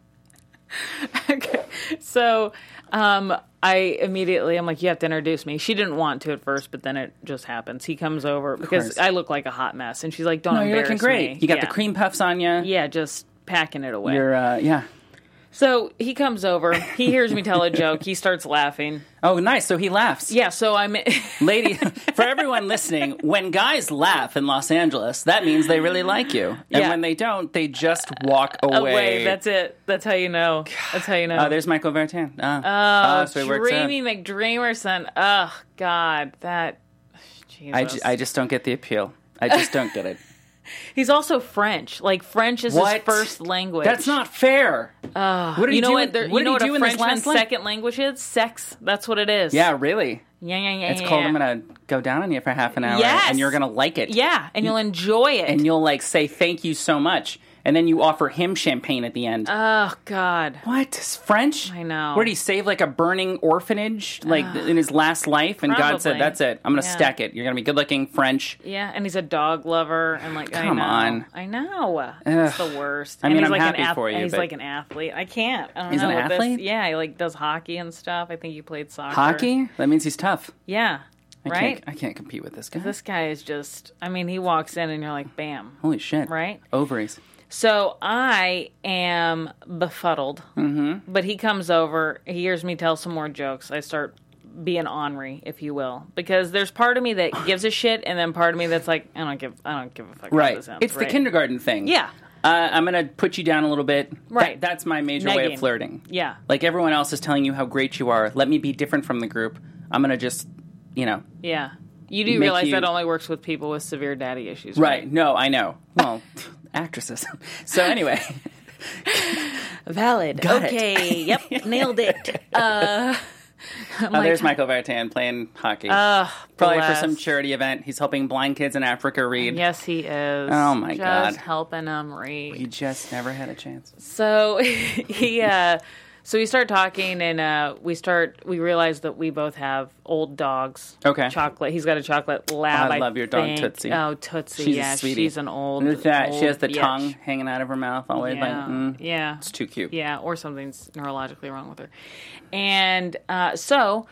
[SPEAKER 3] So Um, I immediately, I'm like, you have to introduce me. She didn't want to at first, but then it just happens. He comes over because
[SPEAKER 1] course.
[SPEAKER 3] I look like a hot mess, and she's like, "Don't
[SPEAKER 1] No, you're
[SPEAKER 3] embarrass
[SPEAKER 1] looking great.
[SPEAKER 3] me."
[SPEAKER 1] You got
[SPEAKER 3] yeah.
[SPEAKER 1] the cream puffs on you.
[SPEAKER 3] Yeah, just packing it away.
[SPEAKER 1] You're, uh, yeah.
[SPEAKER 3] so he comes over. He hears me tell a joke. He starts laughing.
[SPEAKER 1] Oh, nice. So he laughs.
[SPEAKER 3] Yeah. So I'm.
[SPEAKER 1] Lady, for everyone listening, when guys laugh in Los Angeles, that means they really like you. And
[SPEAKER 3] Yeah.
[SPEAKER 1] when they don't, they just walk away.
[SPEAKER 3] away. That's it. That's how you know. That's how you know.
[SPEAKER 1] Oh, there's Michael Vartan. Ah.
[SPEAKER 3] Oh,
[SPEAKER 1] Ah, so he works out.
[SPEAKER 3] Dreamy McDreamerson. Oh God, that. Jesus.
[SPEAKER 1] I, ju- I just don't get the appeal. I just don't get it.
[SPEAKER 3] He's also French. Like French is his
[SPEAKER 1] What?
[SPEAKER 3] first language.
[SPEAKER 1] That's not fair. what did
[SPEAKER 3] Oh, You
[SPEAKER 1] he
[SPEAKER 3] know
[SPEAKER 1] do
[SPEAKER 3] what?
[SPEAKER 1] in-
[SPEAKER 3] there-
[SPEAKER 1] what
[SPEAKER 3] you
[SPEAKER 1] did
[SPEAKER 3] know
[SPEAKER 1] he
[SPEAKER 3] what
[SPEAKER 1] do in
[SPEAKER 3] a
[SPEAKER 1] his
[SPEAKER 3] Frenchman's
[SPEAKER 1] last line?
[SPEAKER 3] second language is? Sex. That's what it is.
[SPEAKER 1] Yeah, really.
[SPEAKER 3] Yeah, yeah, yeah.
[SPEAKER 1] It's
[SPEAKER 3] yeah,
[SPEAKER 1] called.
[SPEAKER 3] yeah.
[SPEAKER 1] I'm gonna go down on you for half an hour,
[SPEAKER 3] Yes.
[SPEAKER 1] and you're gonna like it.
[SPEAKER 3] Yeah, and you'll enjoy it.
[SPEAKER 1] and you'll like say thank you so much, and then you offer him champagne at the end.
[SPEAKER 3] oh God.
[SPEAKER 1] What is French?
[SPEAKER 3] I know.
[SPEAKER 1] Where did he save like a burning orphanage, like in his last life? And God said,
[SPEAKER 3] Probably.
[SPEAKER 1] "That's it. I'm gonna
[SPEAKER 3] Yeah.
[SPEAKER 1] stack it. You're gonna be good looking French."
[SPEAKER 3] Yeah, and he's a dog lover, and like, I
[SPEAKER 1] Come
[SPEAKER 3] know,
[SPEAKER 1] on.
[SPEAKER 3] I know, it's the worst.
[SPEAKER 1] I mean,
[SPEAKER 3] and he's
[SPEAKER 1] I'm
[SPEAKER 3] like
[SPEAKER 1] happy
[SPEAKER 3] an ath-
[SPEAKER 1] for you,
[SPEAKER 3] He's
[SPEAKER 1] but-
[SPEAKER 3] like an athlete. I can't. I don't
[SPEAKER 1] He's
[SPEAKER 3] know
[SPEAKER 1] an
[SPEAKER 3] what this-
[SPEAKER 1] athlete?
[SPEAKER 3] Yeah, he like does hockey and stuff. I think he played soccer.
[SPEAKER 1] Hockey? That means he's tough.
[SPEAKER 3] Yeah.
[SPEAKER 1] I
[SPEAKER 3] right.
[SPEAKER 1] Can't, I can't compete with this guy.
[SPEAKER 3] This guy is just. I mean, he walks in and you're like, bam.
[SPEAKER 1] Holy shit!
[SPEAKER 3] Right?
[SPEAKER 1] Ovaries.
[SPEAKER 3] So I am befuddled. Mm-hmm. But he comes over. He hears me tell some more jokes. I start being ornery, if you will, because there's part of me that gives a shit, and then part of me that's like, I don't give. I don't give a fuck. about
[SPEAKER 1] Right.
[SPEAKER 3] this ends,
[SPEAKER 1] It's the
[SPEAKER 3] right?
[SPEAKER 1] kindergarten thing.
[SPEAKER 3] Yeah.
[SPEAKER 1] Uh, I'm gonna put you down a little bit.
[SPEAKER 3] Right.
[SPEAKER 1] That- that's my major way
[SPEAKER 3] Negging.
[SPEAKER 1] of flirting.
[SPEAKER 3] Yeah.
[SPEAKER 1] Like everyone else is telling you how great you are. Let me be different from the group. I'm gonna just, you know.
[SPEAKER 3] Yeah. You do
[SPEAKER 1] Make
[SPEAKER 3] realize
[SPEAKER 1] you-
[SPEAKER 3] that only works with people with severe daddy issues,
[SPEAKER 1] Right. No, I know. Well, actresses. so anyway,
[SPEAKER 3] Valid.
[SPEAKER 1] it.
[SPEAKER 3] okay. yep. Nailed it. Uh, I'm
[SPEAKER 1] oh,
[SPEAKER 3] like, Oh,
[SPEAKER 1] there's Michael Vartan playing hockey.
[SPEAKER 3] Ugh,
[SPEAKER 1] Probably
[SPEAKER 3] bless.
[SPEAKER 1] for some charity event. He's helping blind kids in Africa read.
[SPEAKER 3] Yes, he is.
[SPEAKER 1] Oh, my
[SPEAKER 3] Just
[SPEAKER 1] God.
[SPEAKER 3] helping him
[SPEAKER 1] He
[SPEAKER 3] read.
[SPEAKER 1] just never had a chance.
[SPEAKER 3] So he, uh, so we start talking, and uh, we start. We realize that we both have old dogs.
[SPEAKER 1] Okay.
[SPEAKER 3] Chocolate. He's got a chocolate lab.
[SPEAKER 1] Oh, I love your dog,
[SPEAKER 3] think.
[SPEAKER 1] Tootsie.
[SPEAKER 3] Oh, Tootsie.
[SPEAKER 1] She's a
[SPEAKER 3] yeah,
[SPEAKER 1] sweetie.
[SPEAKER 3] she's an old.
[SPEAKER 1] Look at that.
[SPEAKER 3] old
[SPEAKER 1] She has the
[SPEAKER 3] bitch.
[SPEAKER 1] tongue hanging out of her mouth always.
[SPEAKER 3] Yeah.
[SPEAKER 1] Like, mm.
[SPEAKER 3] yeah.
[SPEAKER 1] It's too cute.
[SPEAKER 3] Yeah, or something's neurologically wrong with her. And uh, so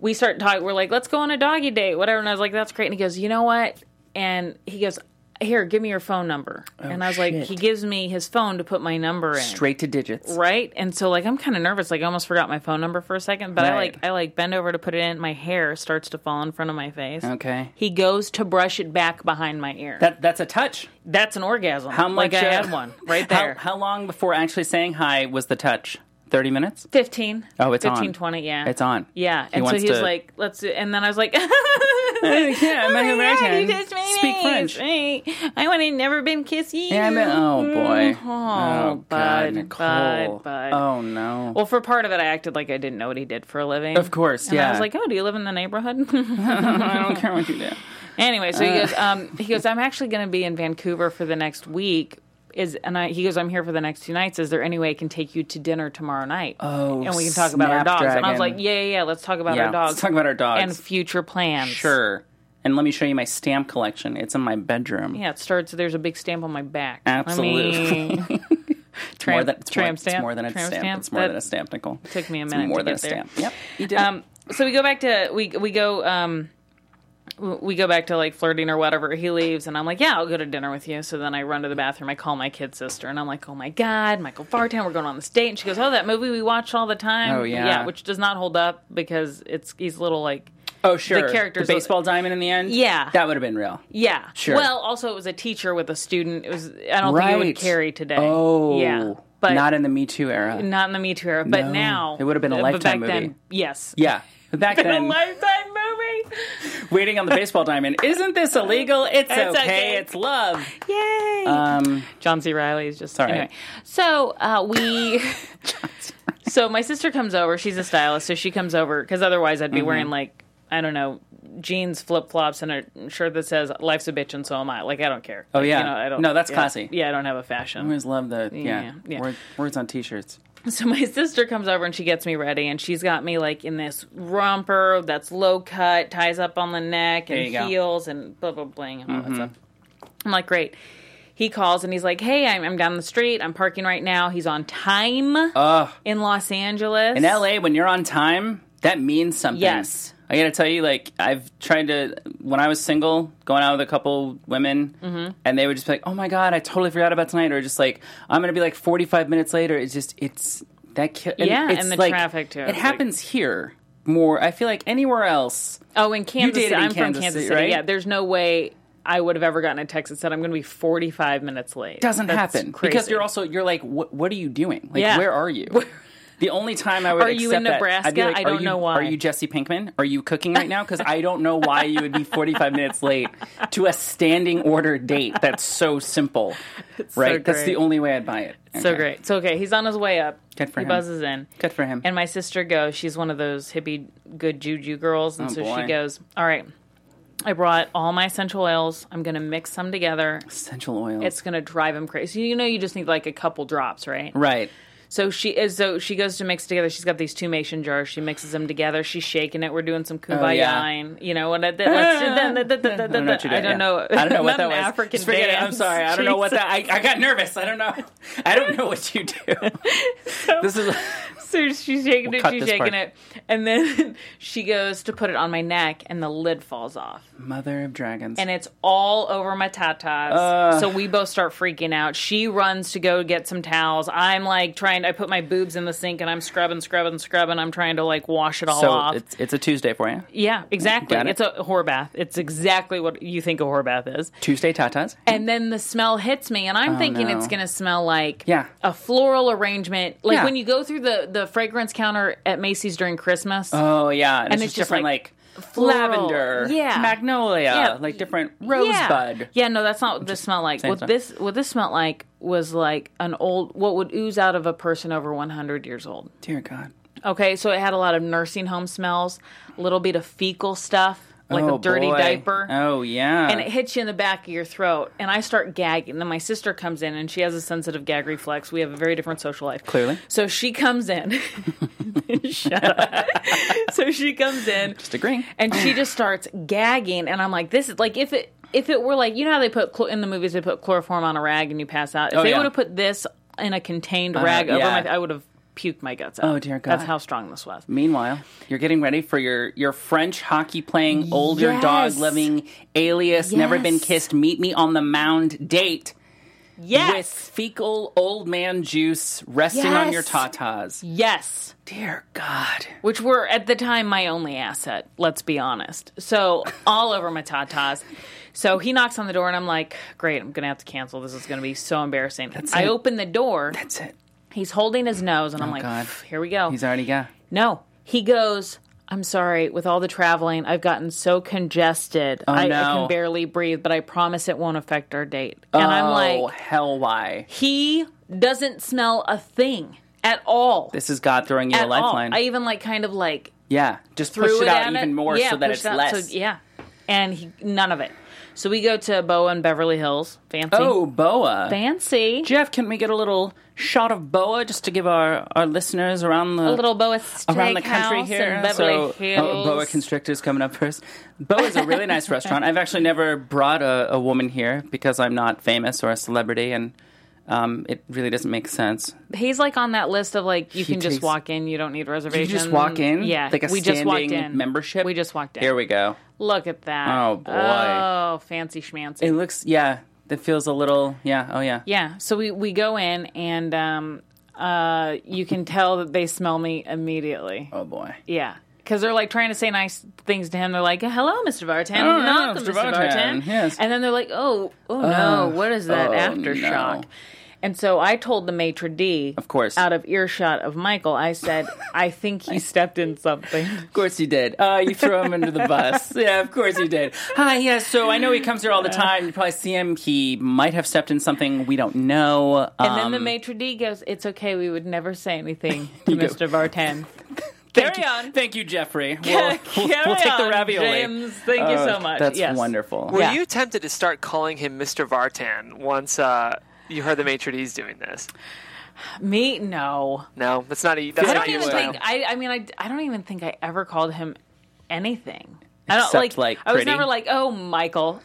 [SPEAKER 3] we start talking. We're like, let's go on a doggy date, whatever. And I was like, that's great. And he goes, you know what? And he goes, here, give me your phone number. and I was like,
[SPEAKER 1] Oh, shit.
[SPEAKER 3] he gives me his phone to put my number in.
[SPEAKER 1] Straight to digits.
[SPEAKER 3] Right, and so like I'm kind of nervous. Like I almost forgot my phone number for a second, but I
[SPEAKER 1] Right.
[SPEAKER 3] like I like bend over to put it in. My hair starts to fall in front of my face.
[SPEAKER 1] Okay.
[SPEAKER 3] He goes to brush it back behind my ear.
[SPEAKER 1] That that's a touch.
[SPEAKER 3] That's an orgasm.
[SPEAKER 1] How much?
[SPEAKER 3] Like I
[SPEAKER 1] uh,
[SPEAKER 3] had one right
[SPEAKER 1] how-
[SPEAKER 3] there.
[SPEAKER 1] How, long before actually saying hi was the touch? Thirty minutes.
[SPEAKER 3] 15.
[SPEAKER 1] Oh, it's on.
[SPEAKER 3] 15, 20, yeah.
[SPEAKER 1] It's on.
[SPEAKER 3] Yeah.
[SPEAKER 1] He
[SPEAKER 3] and so
[SPEAKER 1] wants
[SPEAKER 3] he was
[SPEAKER 1] to-
[SPEAKER 3] like, let's do And then I was like, yeah,
[SPEAKER 1] yeah, I'm
[SPEAKER 3] oh
[SPEAKER 1] a
[SPEAKER 3] my God, you
[SPEAKER 1] American.
[SPEAKER 3] just made
[SPEAKER 1] Speak
[SPEAKER 3] me.
[SPEAKER 1] French.
[SPEAKER 3] Hey, I would have never been kissed you.
[SPEAKER 1] Yeah, I'm a- oh boy.
[SPEAKER 3] Mm, Oh,
[SPEAKER 1] God,
[SPEAKER 3] bud,
[SPEAKER 1] Nicole.
[SPEAKER 3] bud, bud.
[SPEAKER 1] Oh no.
[SPEAKER 3] Well, for part of it, I acted like I didn't know what he did for a living.
[SPEAKER 1] of course,
[SPEAKER 3] And
[SPEAKER 1] yeah.
[SPEAKER 3] I was like, oh, do you live in the neighborhood?
[SPEAKER 1] I don't care what you do.
[SPEAKER 3] anyway, so he goes, um, he goes, I'm actually going to be in Vancouver for the next week. Is and I, he goes, I'm here for the next two nights. Is there any way I can take you to dinner tomorrow night?
[SPEAKER 1] Oh,
[SPEAKER 3] and we can talk about our dogs. And I was
[SPEAKER 1] Snapdragon.
[SPEAKER 3] like, yeah, yeah, yeah let's talk about
[SPEAKER 1] Yeah,
[SPEAKER 3] our dogs.
[SPEAKER 1] let's talk about our dogs.
[SPEAKER 3] and future plans.
[SPEAKER 1] sure. And let me show you my stamp collection. It's in my bedroom.
[SPEAKER 3] Yeah, it starts. There's a big stamp on my back.
[SPEAKER 1] Absolutely.
[SPEAKER 3] I mean,
[SPEAKER 1] It's more
[SPEAKER 3] tramp-
[SPEAKER 1] than, it's
[SPEAKER 3] tram
[SPEAKER 1] more,
[SPEAKER 3] stamp.
[SPEAKER 1] It's more than a
[SPEAKER 3] Tram
[SPEAKER 1] stamp.
[SPEAKER 3] stamp.
[SPEAKER 1] It's more
[SPEAKER 3] That
[SPEAKER 1] than a stamp, Nicole.
[SPEAKER 3] took me a
[SPEAKER 1] It's
[SPEAKER 3] minute
[SPEAKER 1] more
[SPEAKER 3] to
[SPEAKER 1] than
[SPEAKER 3] get
[SPEAKER 1] a
[SPEAKER 3] there.
[SPEAKER 1] stamp. Yep. You did.
[SPEAKER 3] um, so we go back to we we go um w- we go back to like flirting or whatever. He leaves, and I'm like, yeah, I'll go to dinner with you. So then I run to the bathroom. I call my kid sister, and I'm like, oh my god, Michael Fartown, we're going on this date. And she goes, oh, that movie we watch all the time.
[SPEAKER 1] Oh, yeah.
[SPEAKER 3] yeah, which does not hold up because it's he's a little like
[SPEAKER 1] oh sure.
[SPEAKER 3] characters-
[SPEAKER 1] the baseball diamond in the end.
[SPEAKER 3] Yeah.
[SPEAKER 1] that would have been real.
[SPEAKER 3] Yeah.
[SPEAKER 1] Sure.
[SPEAKER 3] Well, also it was a teacher with a student. It was I don't think it would carry today.
[SPEAKER 1] Oh,
[SPEAKER 3] Yeah. But
[SPEAKER 1] not in the Me Too era.
[SPEAKER 3] not in the Me Too era. But
[SPEAKER 1] No.
[SPEAKER 3] now uh,
[SPEAKER 1] It would've been a
[SPEAKER 3] but
[SPEAKER 1] Lifetime
[SPEAKER 3] back Then,
[SPEAKER 1] movie.
[SPEAKER 3] yes.
[SPEAKER 1] Yeah, but back
[SPEAKER 3] Been a
[SPEAKER 1] then,
[SPEAKER 3] lifetime movie.
[SPEAKER 1] waiting on the baseball diamond. Isn't this illegal? It's,
[SPEAKER 3] It's
[SPEAKER 1] okay.
[SPEAKER 3] okay.
[SPEAKER 1] It's love.
[SPEAKER 3] Yay.
[SPEAKER 1] Um,
[SPEAKER 3] John C. Riley is just
[SPEAKER 1] all right.
[SPEAKER 3] anyway. So uh, we So my sister comes over, she's a stylist, so she comes over because otherwise I'd be
[SPEAKER 1] Mm-hmm.
[SPEAKER 3] wearing like I don't know, jeans, flip flops, and a shirt that says "Life's a bitch and so am I." Like I don't care. Oh
[SPEAKER 1] yeah.
[SPEAKER 3] you know, I don't.
[SPEAKER 1] No, that's
[SPEAKER 3] yeah.
[SPEAKER 1] classy.
[SPEAKER 3] Yeah, I don't have a fashion.
[SPEAKER 1] I always love the yeah,
[SPEAKER 3] yeah.
[SPEAKER 1] Word, words on T-shirts.
[SPEAKER 3] So my sister comes over and she gets me ready, and she's got me like in this romper that's low cut, ties up on the neck,
[SPEAKER 1] There
[SPEAKER 3] and
[SPEAKER 1] you go. Mm-hmm.
[SPEAKER 3] heels, and blah blah bling, and all that stuff. I'm like, great. he calls and he's like, "Hey, I'm, I'm down the street. I'm parking right now. He's on time in Los Angeles.
[SPEAKER 1] In LA, when you're on time, that means something.
[SPEAKER 3] Yes.
[SPEAKER 1] I gotta tell you, like, I've tried to, when I was single, going out with a couple women,
[SPEAKER 3] Mm-hmm.
[SPEAKER 1] and they would just be like, oh my God, I totally forgot about tonight. Or just like, I'm gonna be like 45 minutes later. It's just, it's that kill.
[SPEAKER 3] Yeah,
[SPEAKER 1] it's
[SPEAKER 3] and the
[SPEAKER 1] like-
[SPEAKER 3] traffic, too.
[SPEAKER 1] It
[SPEAKER 3] Like-
[SPEAKER 1] happens here more. I feel like anywhere else.
[SPEAKER 3] Oh, in Kansas.
[SPEAKER 1] dated in
[SPEAKER 3] I'm
[SPEAKER 1] Kansas
[SPEAKER 3] from Kansas
[SPEAKER 1] City,
[SPEAKER 3] City.
[SPEAKER 1] right?
[SPEAKER 3] Yeah, there's no way I would have ever gotten a text that said I'm going to be 45 minutes late.
[SPEAKER 1] doesn't
[SPEAKER 3] That's
[SPEAKER 1] happen
[SPEAKER 3] crazy.
[SPEAKER 1] because you're also you're like what, what are you doing like
[SPEAKER 3] Yeah.
[SPEAKER 1] where are you the only time i would
[SPEAKER 3] Are you
[SPEAKER 1] accept
[SPEAKER 3] in
[SPEAKER 1] that, I'd be
[SPEAKER 3] Nebraska?
[SPEAKER 1] like,
[SPEAKER 3] I
[SPEAKER 1] are
[SPEAKER 3] don't
[SPEAKER 1] you-
[SPEAKER 3] know why.
[SPEAKER 1] are you jesse pinkman are you cooking right now because i don't know why you would be 45 minutes late to a standing order date that's so simple right that's the
[SPEAKER 3] great.
[SPEAKER 1] only way i'd buy it
[SPEAKER 3] so
[SPEAKER 1] Okay.
[SPEAKER 3] great. So okay, he's on his way up.
[SPEAKER 1] Good for
[SPEAKER 3] he
[SPEAKER 1] him.
[SPEAKER 3] buzzes in.
[SPEAKER 1] good for him
[SPEAKER 3] And my sister goes, she's one of those hippie good juju girls. And
[SPEAKER 1] Oh,
[SPEAKER 3] so
[SPEAKER 1] boy.
[SPEAKER 3] she goes, All right, I brought all my essential oils. I'm going to mix them together.
[SPEAKER 1] essential oils
[SPEAKER 3] It's going to drive him crazy. You know, you just need like a couple drops, right?
[SPEAKER 1] right
[SPEAKER 3] So she is. So she goes to mix together. She's got these two mason jars. She mixes them together. She's shaking it. We're doing some kumbaya.
[SPEAKER 1] Oh, yeah.
[SPEAKER 3] and, You know, and that, that, let's, that, that, that,
[SPEAKER 1] I
[SPEAKER 3] that,
[SPEAKER 1] don't know what you did.
[SPEAKER 3] I don't
[SPEAKER 1] yeah.
[SPEAKER 3] know.
[SPEAKER 1] I don't know what
[SPEAKER 3] Not
[SPEAKER 1] that
[SPEAKER 3] an
[SPEAKER 1] was.
[SPEAKER 3] African
[SPEAKER 1] Just forget it. I'm
[SPEAKER 3] dance.
[SPEAKER 1] sorry. I don't know what
[SPEAKER 3] Jesus.
[SPEAKER 1] that. I, I got nervous. I don't know. I don't know what you do. this is
[SPEAKER 3] So she's shaking it.
[SPEAKER 1] cut
[SPEAKER 3] She's
[SPEAKER 1] this
[SPEAKER 3] shaking
[SPEAKER 1] part.
[SPEAKER 3] it, and then she goes to put it on my neck, and the lid falls off.
[SPEAKER 1] mother of dragons.
[SPEAKER 3] and it's all over my tatas. so we both start freaking out. She runs to go get some towels. I'm like trying. I put my boobs in the sink and I'm scrubbing, scrubbing, scrubbing. I'm trying to like wash it all
[SPEAKER 1] so
[SPEAKER 3] off.
[SPEAKER 1] it's it's a Tuesday for you.
[SPEAKER 3] yeah, exactly.
[SPEAKER 1] Got it.
[SPEAKER 3] It's a whore bath. It's exactly what you think a whore bath is.
[SPEAKER 1] Tuesday tatas.
[SPEAKER 3] And then the smell hits me, and I'm thinking
[SPEAKER 1] Oh, no.
[SPEAKER 3] it's gonna smell like
[SPEAKER 1] Yeah.
[SPEAKER 3] a floral arrangement, like
[SPEAKER 1] Yeah.
[SPEAKER 3] when you go through the the fragrance counter at Macy's during Christmas.
[SPEAKER 1] Oh yeah, and,
[SPEAKER 3] And
[SPEAKER 1] it's,
[SPEAKER 3] it's
[SPEAKER 1] just
[SPEAKER 3] just,
[SPEAKER 1] different like,
[SPEAKER 3] like, floral.
[SPEAKER 1] lavender,
[SPEAKER 3] Yeah.
[SPEAKER 1] magnolia,
[SPEAKER 3] Yeah.
[SPEAKER 1] like different
[SPEAKER 3] Yeah.
[SPEAKER 1] rosebud.
[SPEAKER 3] Yeah, no, that's not what this smelled like.
[SPEAKER 1] same
[SPEAKER 3] What
[SPEAKER 1] stuff.
[SPEAKER 3] this what this smelled like was like an old what would ooze out of a person over 100 years old.
[SPEAKER 1] Dear God,
[SPEAKER 3] Okay, so it had a lot of nursing home smells, a little bit of fecal stuff, like
[SPEAKER 1] oh,
[SPEAKER 3] a dirty
[SPEAKER 1] boy.
[SPEAKER 3] diaper.
[SPEAKER 1] Oh yeah,
[SPEAKER 3] And it hits you in the back of your throat, and I start gagging. Then my sister comes in, and she has a sensitive gag reflex. We have a very different social life.
[SPEAKER 1] Clearly.
[SPEAKER 3] So she comes in. Shut up. so she comes in
[SPEAKER 1] just agreeing.
[SPEAKER 3] and she just starts gagging and i'm like this is like if it if it were like you know how they put chl- in the movies they put chloroform on a rag and you pass out if
[SPEAKER 1] Oh,
[SPEAKER 3] they
[SPEAKER 1] yeah. Uh,
[SPEAKER 3] would have put this in a contained rag over
[SPEAKER 1] yeah.
[SPEAKER 3] my i would have puked my guts out
[SPEAKER 1] Oh, dear God.
[SPEAKER 3] that's how strong this was
[SPEAKER 1] Meanwhile, you're getting ready for your your French hockey playing, older
[SPEAKER 3] Yes.
[SPEAKER 1] dog loving, alias never been
[SPEAKER 3] Yes.
[SPEAKER 1] kissed, meet me on the mound date with
[SPEAKER 3] yes
[SPEAKER 1] fecal old man juice resting on your
[SPEAKER 3] Yes.
[SPEAKER 1] tatas.
[SPEAKER 3] yes
[SPEAKER 1] Dear God,
[SPEAKER 3] which were at the time my only asset let's be honest so all over my tatas so he knocks on the door and i'm like great i'm gonna have to cancel this is gonna be so embarrassing i
[SPEAKER 1] it.
[SPEAKER 3] open the door
[SPEAKER 1] that's it.
[SPEAKER 3] he's holding his nose and i'm like
[SPEAKER 1] God.
[SPEAKER 3] here we go
[SPEAKER 1] He's already got.
[SPEAKER 3] No, he goes. I'm sorry. With all the traveling, I've gotten so congested. I, I
[SPEAKER 1] Oh, no.
[SPEAKER 3] can barely breathe, but I promise it won't affect our date. And I'm
[SPEAKER 1] oh
[SPEAKER 3] like,
[SPEAKER 1] hell, why?
[SPEAKER 3] he doesn't smell a thing at all.
[SPEAKER 1] This is God throwing you
[SPEAKER 3] at
[SPEAKER 1] a
[SPEAKER 3] all.
[SPEAKER 1] lifeline.
[SPEAKER 3] I even like kind of like
[SPEAKER 1] Yeah, just
[SPEAKER 3] threw
[SPEAKER 1] push it out
[SPEAKER 3] at
[SPEAKER 1] even
[SPEAKER 3] it.
[SPEAKER 1] more
[SPEAKER 3] Yeah,
[SPEAKER 1] so that
[SPEAKER 3] pushed
[SPEAKER 1] it's
[SPEAKER 3] it out.
[SPEAKER 1] less.
[SPEAKER 3] So, yeah, and he none of it. So we go to Boa and Beverly Hills. Fancy,
[SPEAKER 1] Oh, boa.
[SPEAKER 3] fancy.
[SPEAKER 1] Jeff, can we get a little shot of boa just to give our, our listeners around the
[SPEAKER 3] A little Boa
[SPEAKER 1] around the country
[SPEAKER 3] Steakhouse
[SPEAKER 1] here?
[SPEAKER 3] in Beverly
[SPEAKER 1] so,
[SPEAKER 3] Hills.
[SPEAKER 1] Oh, boa constrictors coming up first. Boa is a really nice restaurant. I've actually never brought a, a woman here because I'm not famous or a celebrity, and um, it really doesn't make sense.
[SPEAKER 3] He's like on that list of like you
[SPEAKER 1] He
[SPEAKER 3] can just
[SPEAKER 1] takes-
[SPEAKER 3] walk in, you don't need
[SPEAKER 1] You
[SPEAKER 3] reservations.
[SPEAKER 1] just walk in,
[SPEAKER 3] Yeah,
[SPEAKER 1] like a
[SPEAKER 3] we just walked
[SPEAKER 1] standing
[SPEAKER 3] in.
[SPEAKER 1] membership.
[SPEAKER 3] We just walked in.
[SPEAKER 1] Here we go.
[SPEAKER 3] Look at that.
[SPEAKER 1] Oh, boy.
[SPEAKER 3] Oh, fancy schmancy.
[SPEAKER 1] It looks, yeah, that feels a little, yeah, oh yeah,
[SPEAKER 3] yeah. So we we go in and um uh you can tell that they smell me immediately.
[SPEAKER 1] oh boy.
[SPEAKER 3] Yeah. Because they're like trying to say nice things to him. They're like, "Hello, Mr. Vartan,
[SPEAKER 1] Oh,
[SPEAKER 3] not
[SPEAKER 1] hello,
[SPEAKER 3] the
[SPEAKER 1] Mr.
[SPEAKER 3] Mr.
[SPEAKER 1] Vartan.
[SPEAKER 3] Vartan."
[SPEAKER 1] Yes.
[SPEAKER 3] And then they're like, "Oh, oh no, what is that
[SPEAKER 1] oh,
[SPEAKER 3] aftershock?"
[SPEAKER 1] no.
[SPEAKER 3] And so I told the maitre d,
[SPEAKER 1] Of course.
[SPEAKER 3] out of earshot of Michael, I said, "I think he stepped in something."
[SPEAKER 1] Of course you did. Uh, you throw him under the bus. Yeah, of course you did. Hi, yeah, so I know he comes here all the time. You probably see him. He might have stepped in something we don't know. Um,
[SPEAKER 3] And then the maitre d goes, "It's okay, we would never say anything to
[SPEAKER 1] You go-
[SPEAKER 3] Mr. Vartan."
[SPEAKER 1] thank
[SPEAKER 3] Carry
[SPEAKER 1] you,
[SPEAKER 3] on.
[SPEAKER 1] Thank you, Jeffrey. We'll, we'll,
[SPEAKER 3] Carry
[SPEAKER 1] we'll take the
[SPEAKER 3] on,
[SPEAKER 1] ravioli.
[SPEAKER 3] James, thank you
[SPEAKER 1] Oh,
[SPEAKER 3] so much.
[SPEAKER 1] That's
[SPEAKER 3] Yes.
[SPEAKER 1] wonderful.
[SPEAKER 4] Were
[SPEAKER 3] Yeah.
[SPEAKER 4] you tempted to start calling him Mr. Vartan once uh, you heard the maitre d's doing this?
[SPEAKER 3] Me, no.
[SPEAKER 4] No, that's not a. That's
[SPEAKER 3] I
[SPEAKER 4] not
[SPEAKER 3] don't
[SPEAKER 4] you
[SPEAKER 3] even
[SPEAKER 1] would.
[SPEAKER 3] think. I, I mean, I, I don't even think I ever called him anything. I don't
[SPEAKER 1] Except, like,
[SPEAKER 3] I was
[SPEAKER 1] pretty.
[SPEAKER 3] never like, oh, Michael.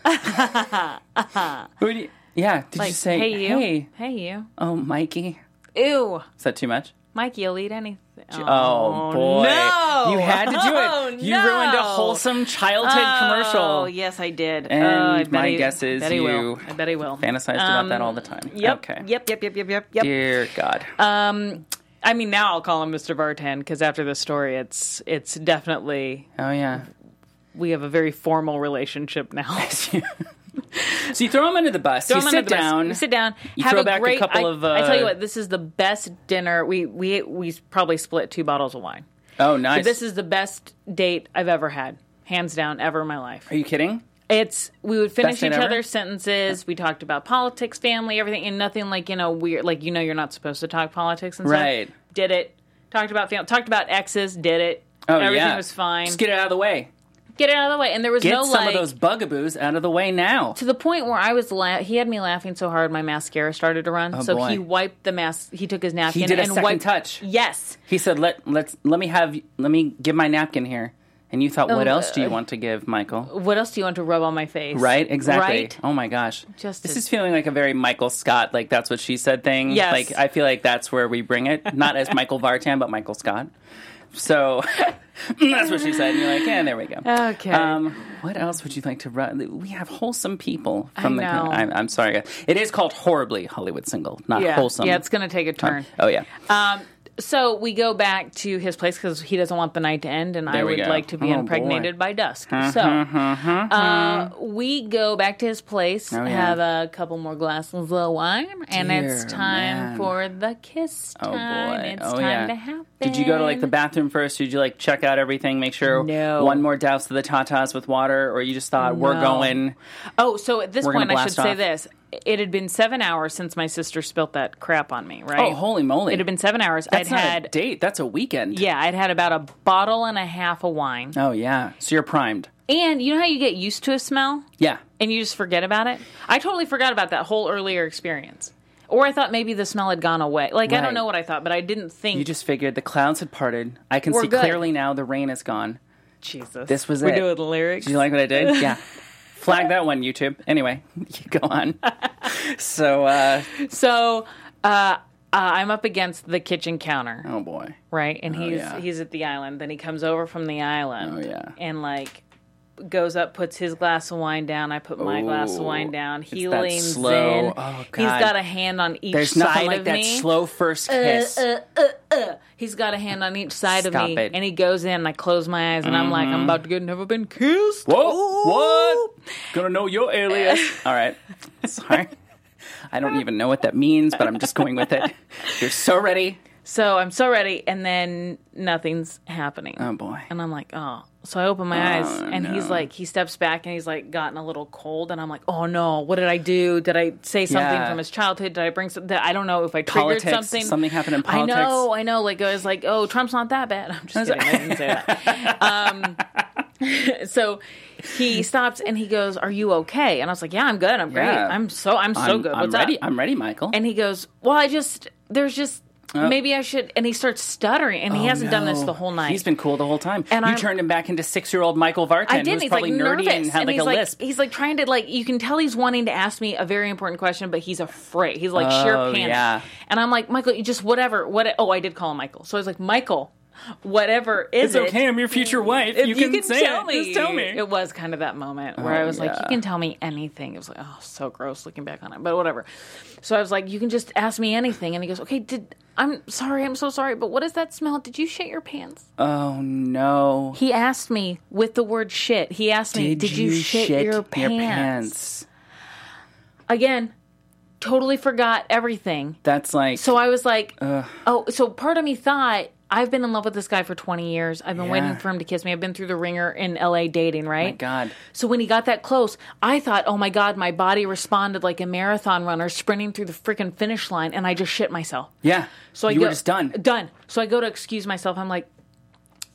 [SPEAKER 1] Who do you- Yeah. Did
[SPEAKER 3] Like,
[SPEAKER 1] you say,
[SPEAKER 3] hey, you.
[SPEAKER 1] hey,
[SPEAKER 3] Hey, you.
[SPEAKER 1] oh, Mikey?
[SPEAKER 3] Ew.
[SPEAKER 1] Is that too much?
[SPEAKER 3] Mikey, you'll eat anything.
[SPEAKER 1] Oh, boy.
[SPEAKER 3] No.
[SPEAKER 1] You had to do it.
[SPEAKER 3] Oh,
[SPEAKER 1] you
[SPEAKER 3] no.
[SPEAKER 1] ruined a wholesome childhood
[SPEAKER 3] Oh,
[SPEAKER 1] commercial.
[SPEAKER 3] yes, I did.
[SPEAKER 1] And
[SPEAKER 3] oh, I bet
[SPEAKER 1] my
[SPEAKER 3] he-
[SPEAKER 1] guess is
[SPEAKER 3] bet he will.
[SPEAKER 1] you
[SPEAKER 3] I bet he will.
[SPEAKER 1] Fantasized about that all the time.
[SPEAKER 3] Um, Yep.
[SPEAKER 1] Okay.
[SPEAKER 3] Yep. Yep. Yep. Yep. Yep. Yep.
[SPEAKER 1] Dear God.
[SPEAKER 3] Um, I mean, now I'll call him Mr. Vartan because after this story, it's it's definitely
[SPEAKER 1] oh, yeah.
[SPEAKER 3] we have a very formal relationship now.
[SPEAKER 1] so you throw him under the bus.
[SPEAKER 3] Throw
[SPEAKER 1] you
[SPEAKER 3] him
[SPEAKER 1] sit
[SPEAKER 3] under the bus.
[SPEAKER 1] down.
[SPEAKER 3] You sit down.
[SPEAKER 1] You
[SPEAKER 3] have
[SPEAKER 1] throw
[SPEAKER 3] a
[SPEAKER 1] back a
[SPEAKER 3] great,
[SPEAKER 1] couple
[SPEAKER 3] I,
[SPEAKER 1] of, uh,
[SPEAKER 3] I tell you what, this is the best dinner. We we we probably split two bottles of wine.
[SPEAKER 1] Oh, nice.
[SPEAKER 3] This is the best date I've ever had, hands down, ever in my life.
[SPEAKER 1] Are you kidding?
[SPEAKER 3] It's we would finish
[SPEAKER 1] Best date
[SPEAKER 3] each
[SPEAKER 1] ever?
[SPEAKER 3] other's sentences. We talked about politics, family, everything, and nothing like you know weird. Like you know, you're not supposed to talk politics and
[SPEAKER 1] Right.
[SPEAKER 3] stuff. Did it? Talked about family. Talked about exes. Did it?
[SPEAKER 1] Oh,
[SPEAKER 3] everything
[SPEAKER 1] yeah.
[SPEAKER 3] was fine.
[SPEAKER 1] Just get it out of the way.
[SPEAKER 3] Get it out of the way. And there was
[SPEAKER 1] Get
[SPEAKER 3] no
[SPEAKER 1] some of
[SPEAKER 3] like
[SPEAKER 1] those bugaboos out of the way now.
[SPEAKER 3] to the point where I was la- he had me laughing so hard my mascara started to run. so
[SPEAKER 1] Oh, boy.
[SPEAKER 3] he wiped the mask. He took his napkin
[SPEAKER 1] did a
[SPEAKER 3] and
[SPEAKER 1] second
[SPEAKER 3] wiped
[SPEAKER 1] touch.
[SPEAKER 3] Yes.
[SPEAKER 1] He said, "Let let's let me have let me give my napkin here." And you thought, "What
[SPEAKER 3] Oh,
[SPEAKER 1] else do you
[SPEAKER 3] uh,
[SPEAKER 1] want to give, Michael?"
[SPEAKER 3] What else do you want to rub on my face?
[SPEAKER 1] Right? Exactly.
[SPEAKER 3] Right.
[SPEAKER 1] Oh my gosh.
[SPEAKER 3] Just
[SPEAKER 1] this
[SPEAKER 3] a-
[SPEAKER 1] is feeling like a very Michael Scott, like that's what she said thing.
[SPEAKER 3] Yes.
[SPEAKER 1] Like I feel like that's where we bring it, not as Michael Vartan, but Michael Scott. So that's what she said. And you're like, yeah, there we go.
[SPEAKER 3] Okay.
[SPEAKER 1] Um, what else would you like to run? We have wholesome people from
[SPEAKER 3] I
[SPEAKER 1] the.
[SPEAKER 3] know.
[SPEAKER 1] I'm, I'm sorry, guys. It is called horribly Hollywood single, not
[SPEAKER 3] Yeah.
[SPEAKER 1] wholesome.
[SPEAKER 3] Yeah, it's going to take a turn.
[SPEAKER 1] Oh yeah.
[SPEAKER 3] Um, so we go back to his place because he doesn't want the night to end, and I
[SPEAKER 1] There we
[SPEAKER 3] would
[SPEAKER 1] go.
[SPEAKER 3] like to be
[SPEAKER 1] Oh,
[SPEAKER 3] impregnated
[SPEAKER 1] boy. Uh-huh,
[SPEAKER 3] by dusk. so uh, we go back to his place,
[SPEAKER 1] Oh, yeah.
[SPEAKER 3] have a couple more glasses of wine, and it's
[SPEAKER 1] Dear
[SPEAKER 3] time
[SPEAKER 1] man.
[SPEAKER 3] for the kiss
[SPEAKER 1] Oh
[SPEAKER 3] time.
[SPEAKER 1] boy!
[SPEAKER 3] It's
[SPEAKER 1] oh
[SPEAKER 3] time
[SPEAKER 1] yeah.
[SPEAKER 3] to happen.
[SPEAKER 1] Did you go to like the bathroom first? Did you like check out everything, make sure
[SPEAKER 3] Um, No.
[SPEAKER 1] one more douse of the tatas with water, or you just thought we're
[SPEAKER 3] No.
[SPEAKER 1] going?
[SPEAKER 3] Oh, so at this
[SPEAKER 1] We're gonna
[SPEAKER 3] point, I should
[SPEAKER 1] blast
[SPEAKER 3] say
[SPEAKER 1] off.
[SPEAKER 3] this. It had been seven hours since my sister spilt that crap on me, right?
[SPEAKER 1] Oh, holy moly!
[SPEAKER 3] It had been seven hours.
[SPEAKER 1] That's
[SPEAKER 3] I'd
[SPEAKER 1] not
[SPEAKER 3] had,
[SPEAKER 1] a date. That's a weekend.
[SPEAKER 3] yeah, I'd had about a bottle and a half of wine.
[SPEAKER 1] Oh yeah. So you're primed.
[SPEAKER 3] And you know how you get used to a smell
[SPEAKER 1] Yeah.
[SPEAKER 3] and you just forget about it? I totally forgot about that whole earlier experience. Or I thought maybe the smell had gone away. Like, I
[SPEAKER 1] Right.
[SPEAKER 3] don't know what I thought, but I didn't think.
[SPEAKER 1] You just figured the clouds had parted. I can
[SPEAKER 3] We're
[SPEAKER 1] see
[SPEAKER 3] good.
[SPEAKER 1] clearly now. The rain is gone.
[SPEAKER 3] Jesus.
[SPEAKER 1] This was
[SPEAKER 3] We're
[SPEAKER 1] it.
[SPEAKER 3] doing the lyrics.
[SPEAKER 1] Did you like what I did? Yeah. Flag that one, YouTube. Anyway, you go on. so, uh,
[SPEAKER 3] so, uh, uh, I'm up against the kitchen counter.
[SPEAKER 1] oh boy.
[SPEAKER 3] right? And he's
[SPEAKER 1] yeah.
[SPEAKER 3] he's at the island. Then he comes over from the island.
[SPEAKER 1] Oh, yeah.
[SPEAKER 3] And like goes up, puts his glass of wine down. I put my glass of wine
[SPEAKER 1] Ooh,
[SPEAKER 3] down. He
[SPEAKER 1] it's that
[SPEAKER 3] leans
[SPEAKER 1] slow-
[SPEAKER 3] in.
[SPEAKER 1] oh,
[SPEAKER 3] He's
[SPEAKER 1] God.
[SPEAKER 3] got a hand on each
[SPEAKER 1] There's
[SPEAKER 3] side
[SPEAKER 1] nothing like
[SPEAKER 3] of
[SPEAKER 1] that
[SPEAKER 3] me. Uh,
[SPEAKER 1] slow first kiss.
[SPEAKER 3] He's got a hand on each side
[SPEAKER 1] Stop
[SPEAKER 3] of me,
[SPEAKER 1] it. Mm-hmm.
[SPEAKER 3] and he goes in. And I close my eyes, and I'm like, I'm about to get never been kissed.
[SPEAKER 1] Whoa, what? Gonna know your alias. All right. Sorry. I don't even know what that means, but I'm just going with it. You're so ready.
[SPEAKER 3] So I'm so ready, and then nothing's happening.
[SPEAKER 1] Oh boy.
[SPEAKER 3] And I'm like, oh. So I open my eyes, and he's like, he steps back, and he's like, gotten a little cold, and I'm like, oh no, what did I do? Did I say something
[SPEAKER 1] Yeah.
[SPEAKER 3] from his childhood? Did I bring something? I don't know if I triggered
[SPEAKER 1] Politics.
[SPEAKER 3] something.
[SPEAKER 1] Something happened in
[SPEAKER 3] I know,
[SPEAKER 1] politics.
[SPEAKER 3] I know. Like I was like, oh, Trump's not that bad. I'm just kidding. I didn't say that. Um, so he stops and he goes, "Are you okay?" And I was like, "Yeah, I'm good. I'm great.
[SPEAKER 1] Yeah.
[SPEAKER 3] I'm so I'm so
[SPEAKER 1] I'm,
[SPEAKER 3] good.
[SPEAKER 1] I'm
[SPEAKER 3] What's up?"
[SPEAKER 1] ready. I'm ready, Michael.
[SPEAKER 3] and he goes, "Well, I just there's just." Maybe I should. And he starts stuttering, and he hasn't done this
[SPEAKER 1] Oh. No.
[SPEAKER 3] the whole night.
[SPEAKER 1] He's been cool the whole time.
[SPEAKER 3] And
[SPEAKER 1] you
[SPEAKER 3] I'm-
[SPEAKER 1] turned him back into six year old Michael Vartan,
[SPEAKER 3] I
[SPEAKER 1] who
[SPEAKER 3] did.
[SPEAKER 1] was
[SPEAKER 3] He's like
[SPEAKER 1] probably
[SPEAKER 3] nervous,
[SPEAKER 1] nerdy and had like
[SPEAKER 3] he's
[SPEAKER 1] a
[SPEAKER 3] like
[SPEAKER 1] lisp.
[SPEAKER 3] he's like trying to like you can tell he's wanting to ask me a very important question, but he's afraid. He's like sheer
[SPEAKER 1] Oh,
[SPEAKER 3] panic.
[SPEAKER 1] yeah.
[SPEAKER 3] And I'm like Michael, you just whatever. What? Oh, I did call him Michael. So I was like Michael, whatever
[SPEAKER 1] It's
[SPEAKER 3] is it?
[SPEAKER 1] okay. I'm your future wife. You,
[SPEAKER 3] you
[SPEAKER 1] can,
[SPEAKER 3] can
[SPEAKER 1] say
[SPEAKER 3] tell
[SPEAKER 1] it.
[SPEAKER 3] me.
[SPEAKER 1] Just tell me.
[SPEAKER 3] It was kind of that moment where
[SPEAKER 1] Oh,
[SPEAKER 3] I was like,
[SPEAKER 1] yeah.
[SPEAKER 3] "You can tell me anything." It was like, "Oh, so gross." Looking back on it, but whatever. So I was like, "You can just ask me anything," and he goes, "Okay, did I'm sorry, I'm so sorry, but what is that smell? Did you shit your pants?"
[SPEAKER 1] oh no!
[SPEAKER 3] He asked me with the word shit. He asked me, "Did, you, shit, your, pants? Again, totally forgot everything.
[SPEAKER 1] That's like
[SPEAKER 3] So I was like, "Oh, so part of me thought I've been in love with this guy for 20 years. I've been
[SPEAKER 1] Yeah.
[SPEAKER 3] waiting for him to kiss me. I've been through the ringer in LA dating, right?
[SPEAKER 1] my God.
[SPEAKER 3] So when he got that close, I thought, "Oh my god, my body responded like a marathon runner sprinting through the freaking finish line and I just shit myself."
[SPEAKER 1] Yeah.
[SPEAKER 3] So I
[SPEAKER 1] you
[SPEAKER 3] go,
[SPEAKER 1] were just done.
[SPEAKER 3] Done. So I go to excuse myself. I'm like,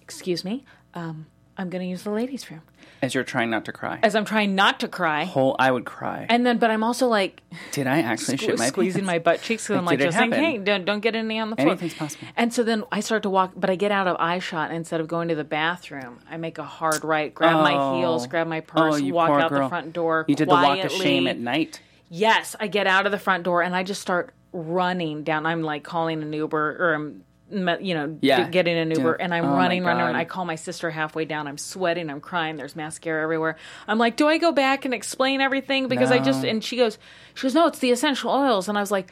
[SPEAKER 3] "Excuse me. Um, I'm going to use the ladies' room."
[SPEAKER 1] As you're trying not to cry.
[SPEAKER 3] as I'm trying not to cry.
[SPEAKER 1] Whole, I would cry.
[SPEAKER 3] And then, but I'm also like
[SPEAKER 1] Did I actually shit my
[SPEAKER 3] squeezing
[SPEAKER 1] pants?
[SPEAKER 3] my butt cheeks because I'm like
[SPEAKER 1] did it
[SPEAKER 3] just like,
[SPEAKER 1] happen?
[SPEAKER 3] hey, don't, don't get any on the floor.
[SPEAKER 1] Anything's possible.
[SPEAKER 3] And so then I start to walk, but I get out of eye shot. And instead of going to the bathroom, I make a hard right, grab my
[SPEAKER 1] Oh.
[SPEAKER 3] heels, grab my purse,
[SPEAKER 1] Oh, you
[SPEAKER 3] walk
[SPEAKER 1] poor
[SPEAKER 3] out
[SPEAKER 1] girl.
[SPEAKER 3] the front door.
[SPEAKER 1] You did the walk of shame
[SPEAKER 3] quietly.
[SPEAKER 1] at night.
[SPEAKER 3] Yes, I get out of the front door and I just start running down. I'm like calling an Uber or I'm me- you know
[SPEAKER 1] Yeah.
[SPEAKER 3] g- getting an Uber
[SPEAKER 1] Dude,
[SPEAKER 3] and I'm
[SPEAKER 1] oh my
[SPEAKER 3] running, running, running.
[SPEAKER 1] God.
[SPEAKER 3] I call my sister halfway down. I'm sweating. I'm crying. There's mascara everywhere. I'm like, do I go back and explain everything because I just
[SPEAKER 1] No.
[SPEAKER 3] and she goes, she goes, no, it's the essential oils. And I was like.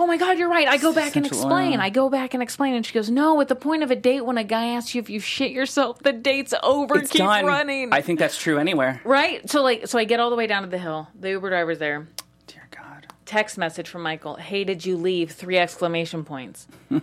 [SPEAKER 3] Oh my God, you're right. I go back and
[SPEAKER 1] essential
[SPEAKER 3] explain.
[SPEAKER 1] oil.
[SPEAKER 3] I go back and explain, and she goes, "No." At the point of a date, when a guy asks you if you shit yourself, the date's over.
[SPEAKER 1] It's
[SPEAKER 3] Keep
[SPEAKER 1] done.
[SPEAKER 3] running.
[SPEAKER 1] I think that's true anywhere.
[SPEAKER 3] Right? So like so I get all the way down to the hill. The Uber driver's there.
[SPEAKER 1] Dear God.
[SPEAKER 3] Text message from Michael. Hey, did you leave? Three exclamation points. and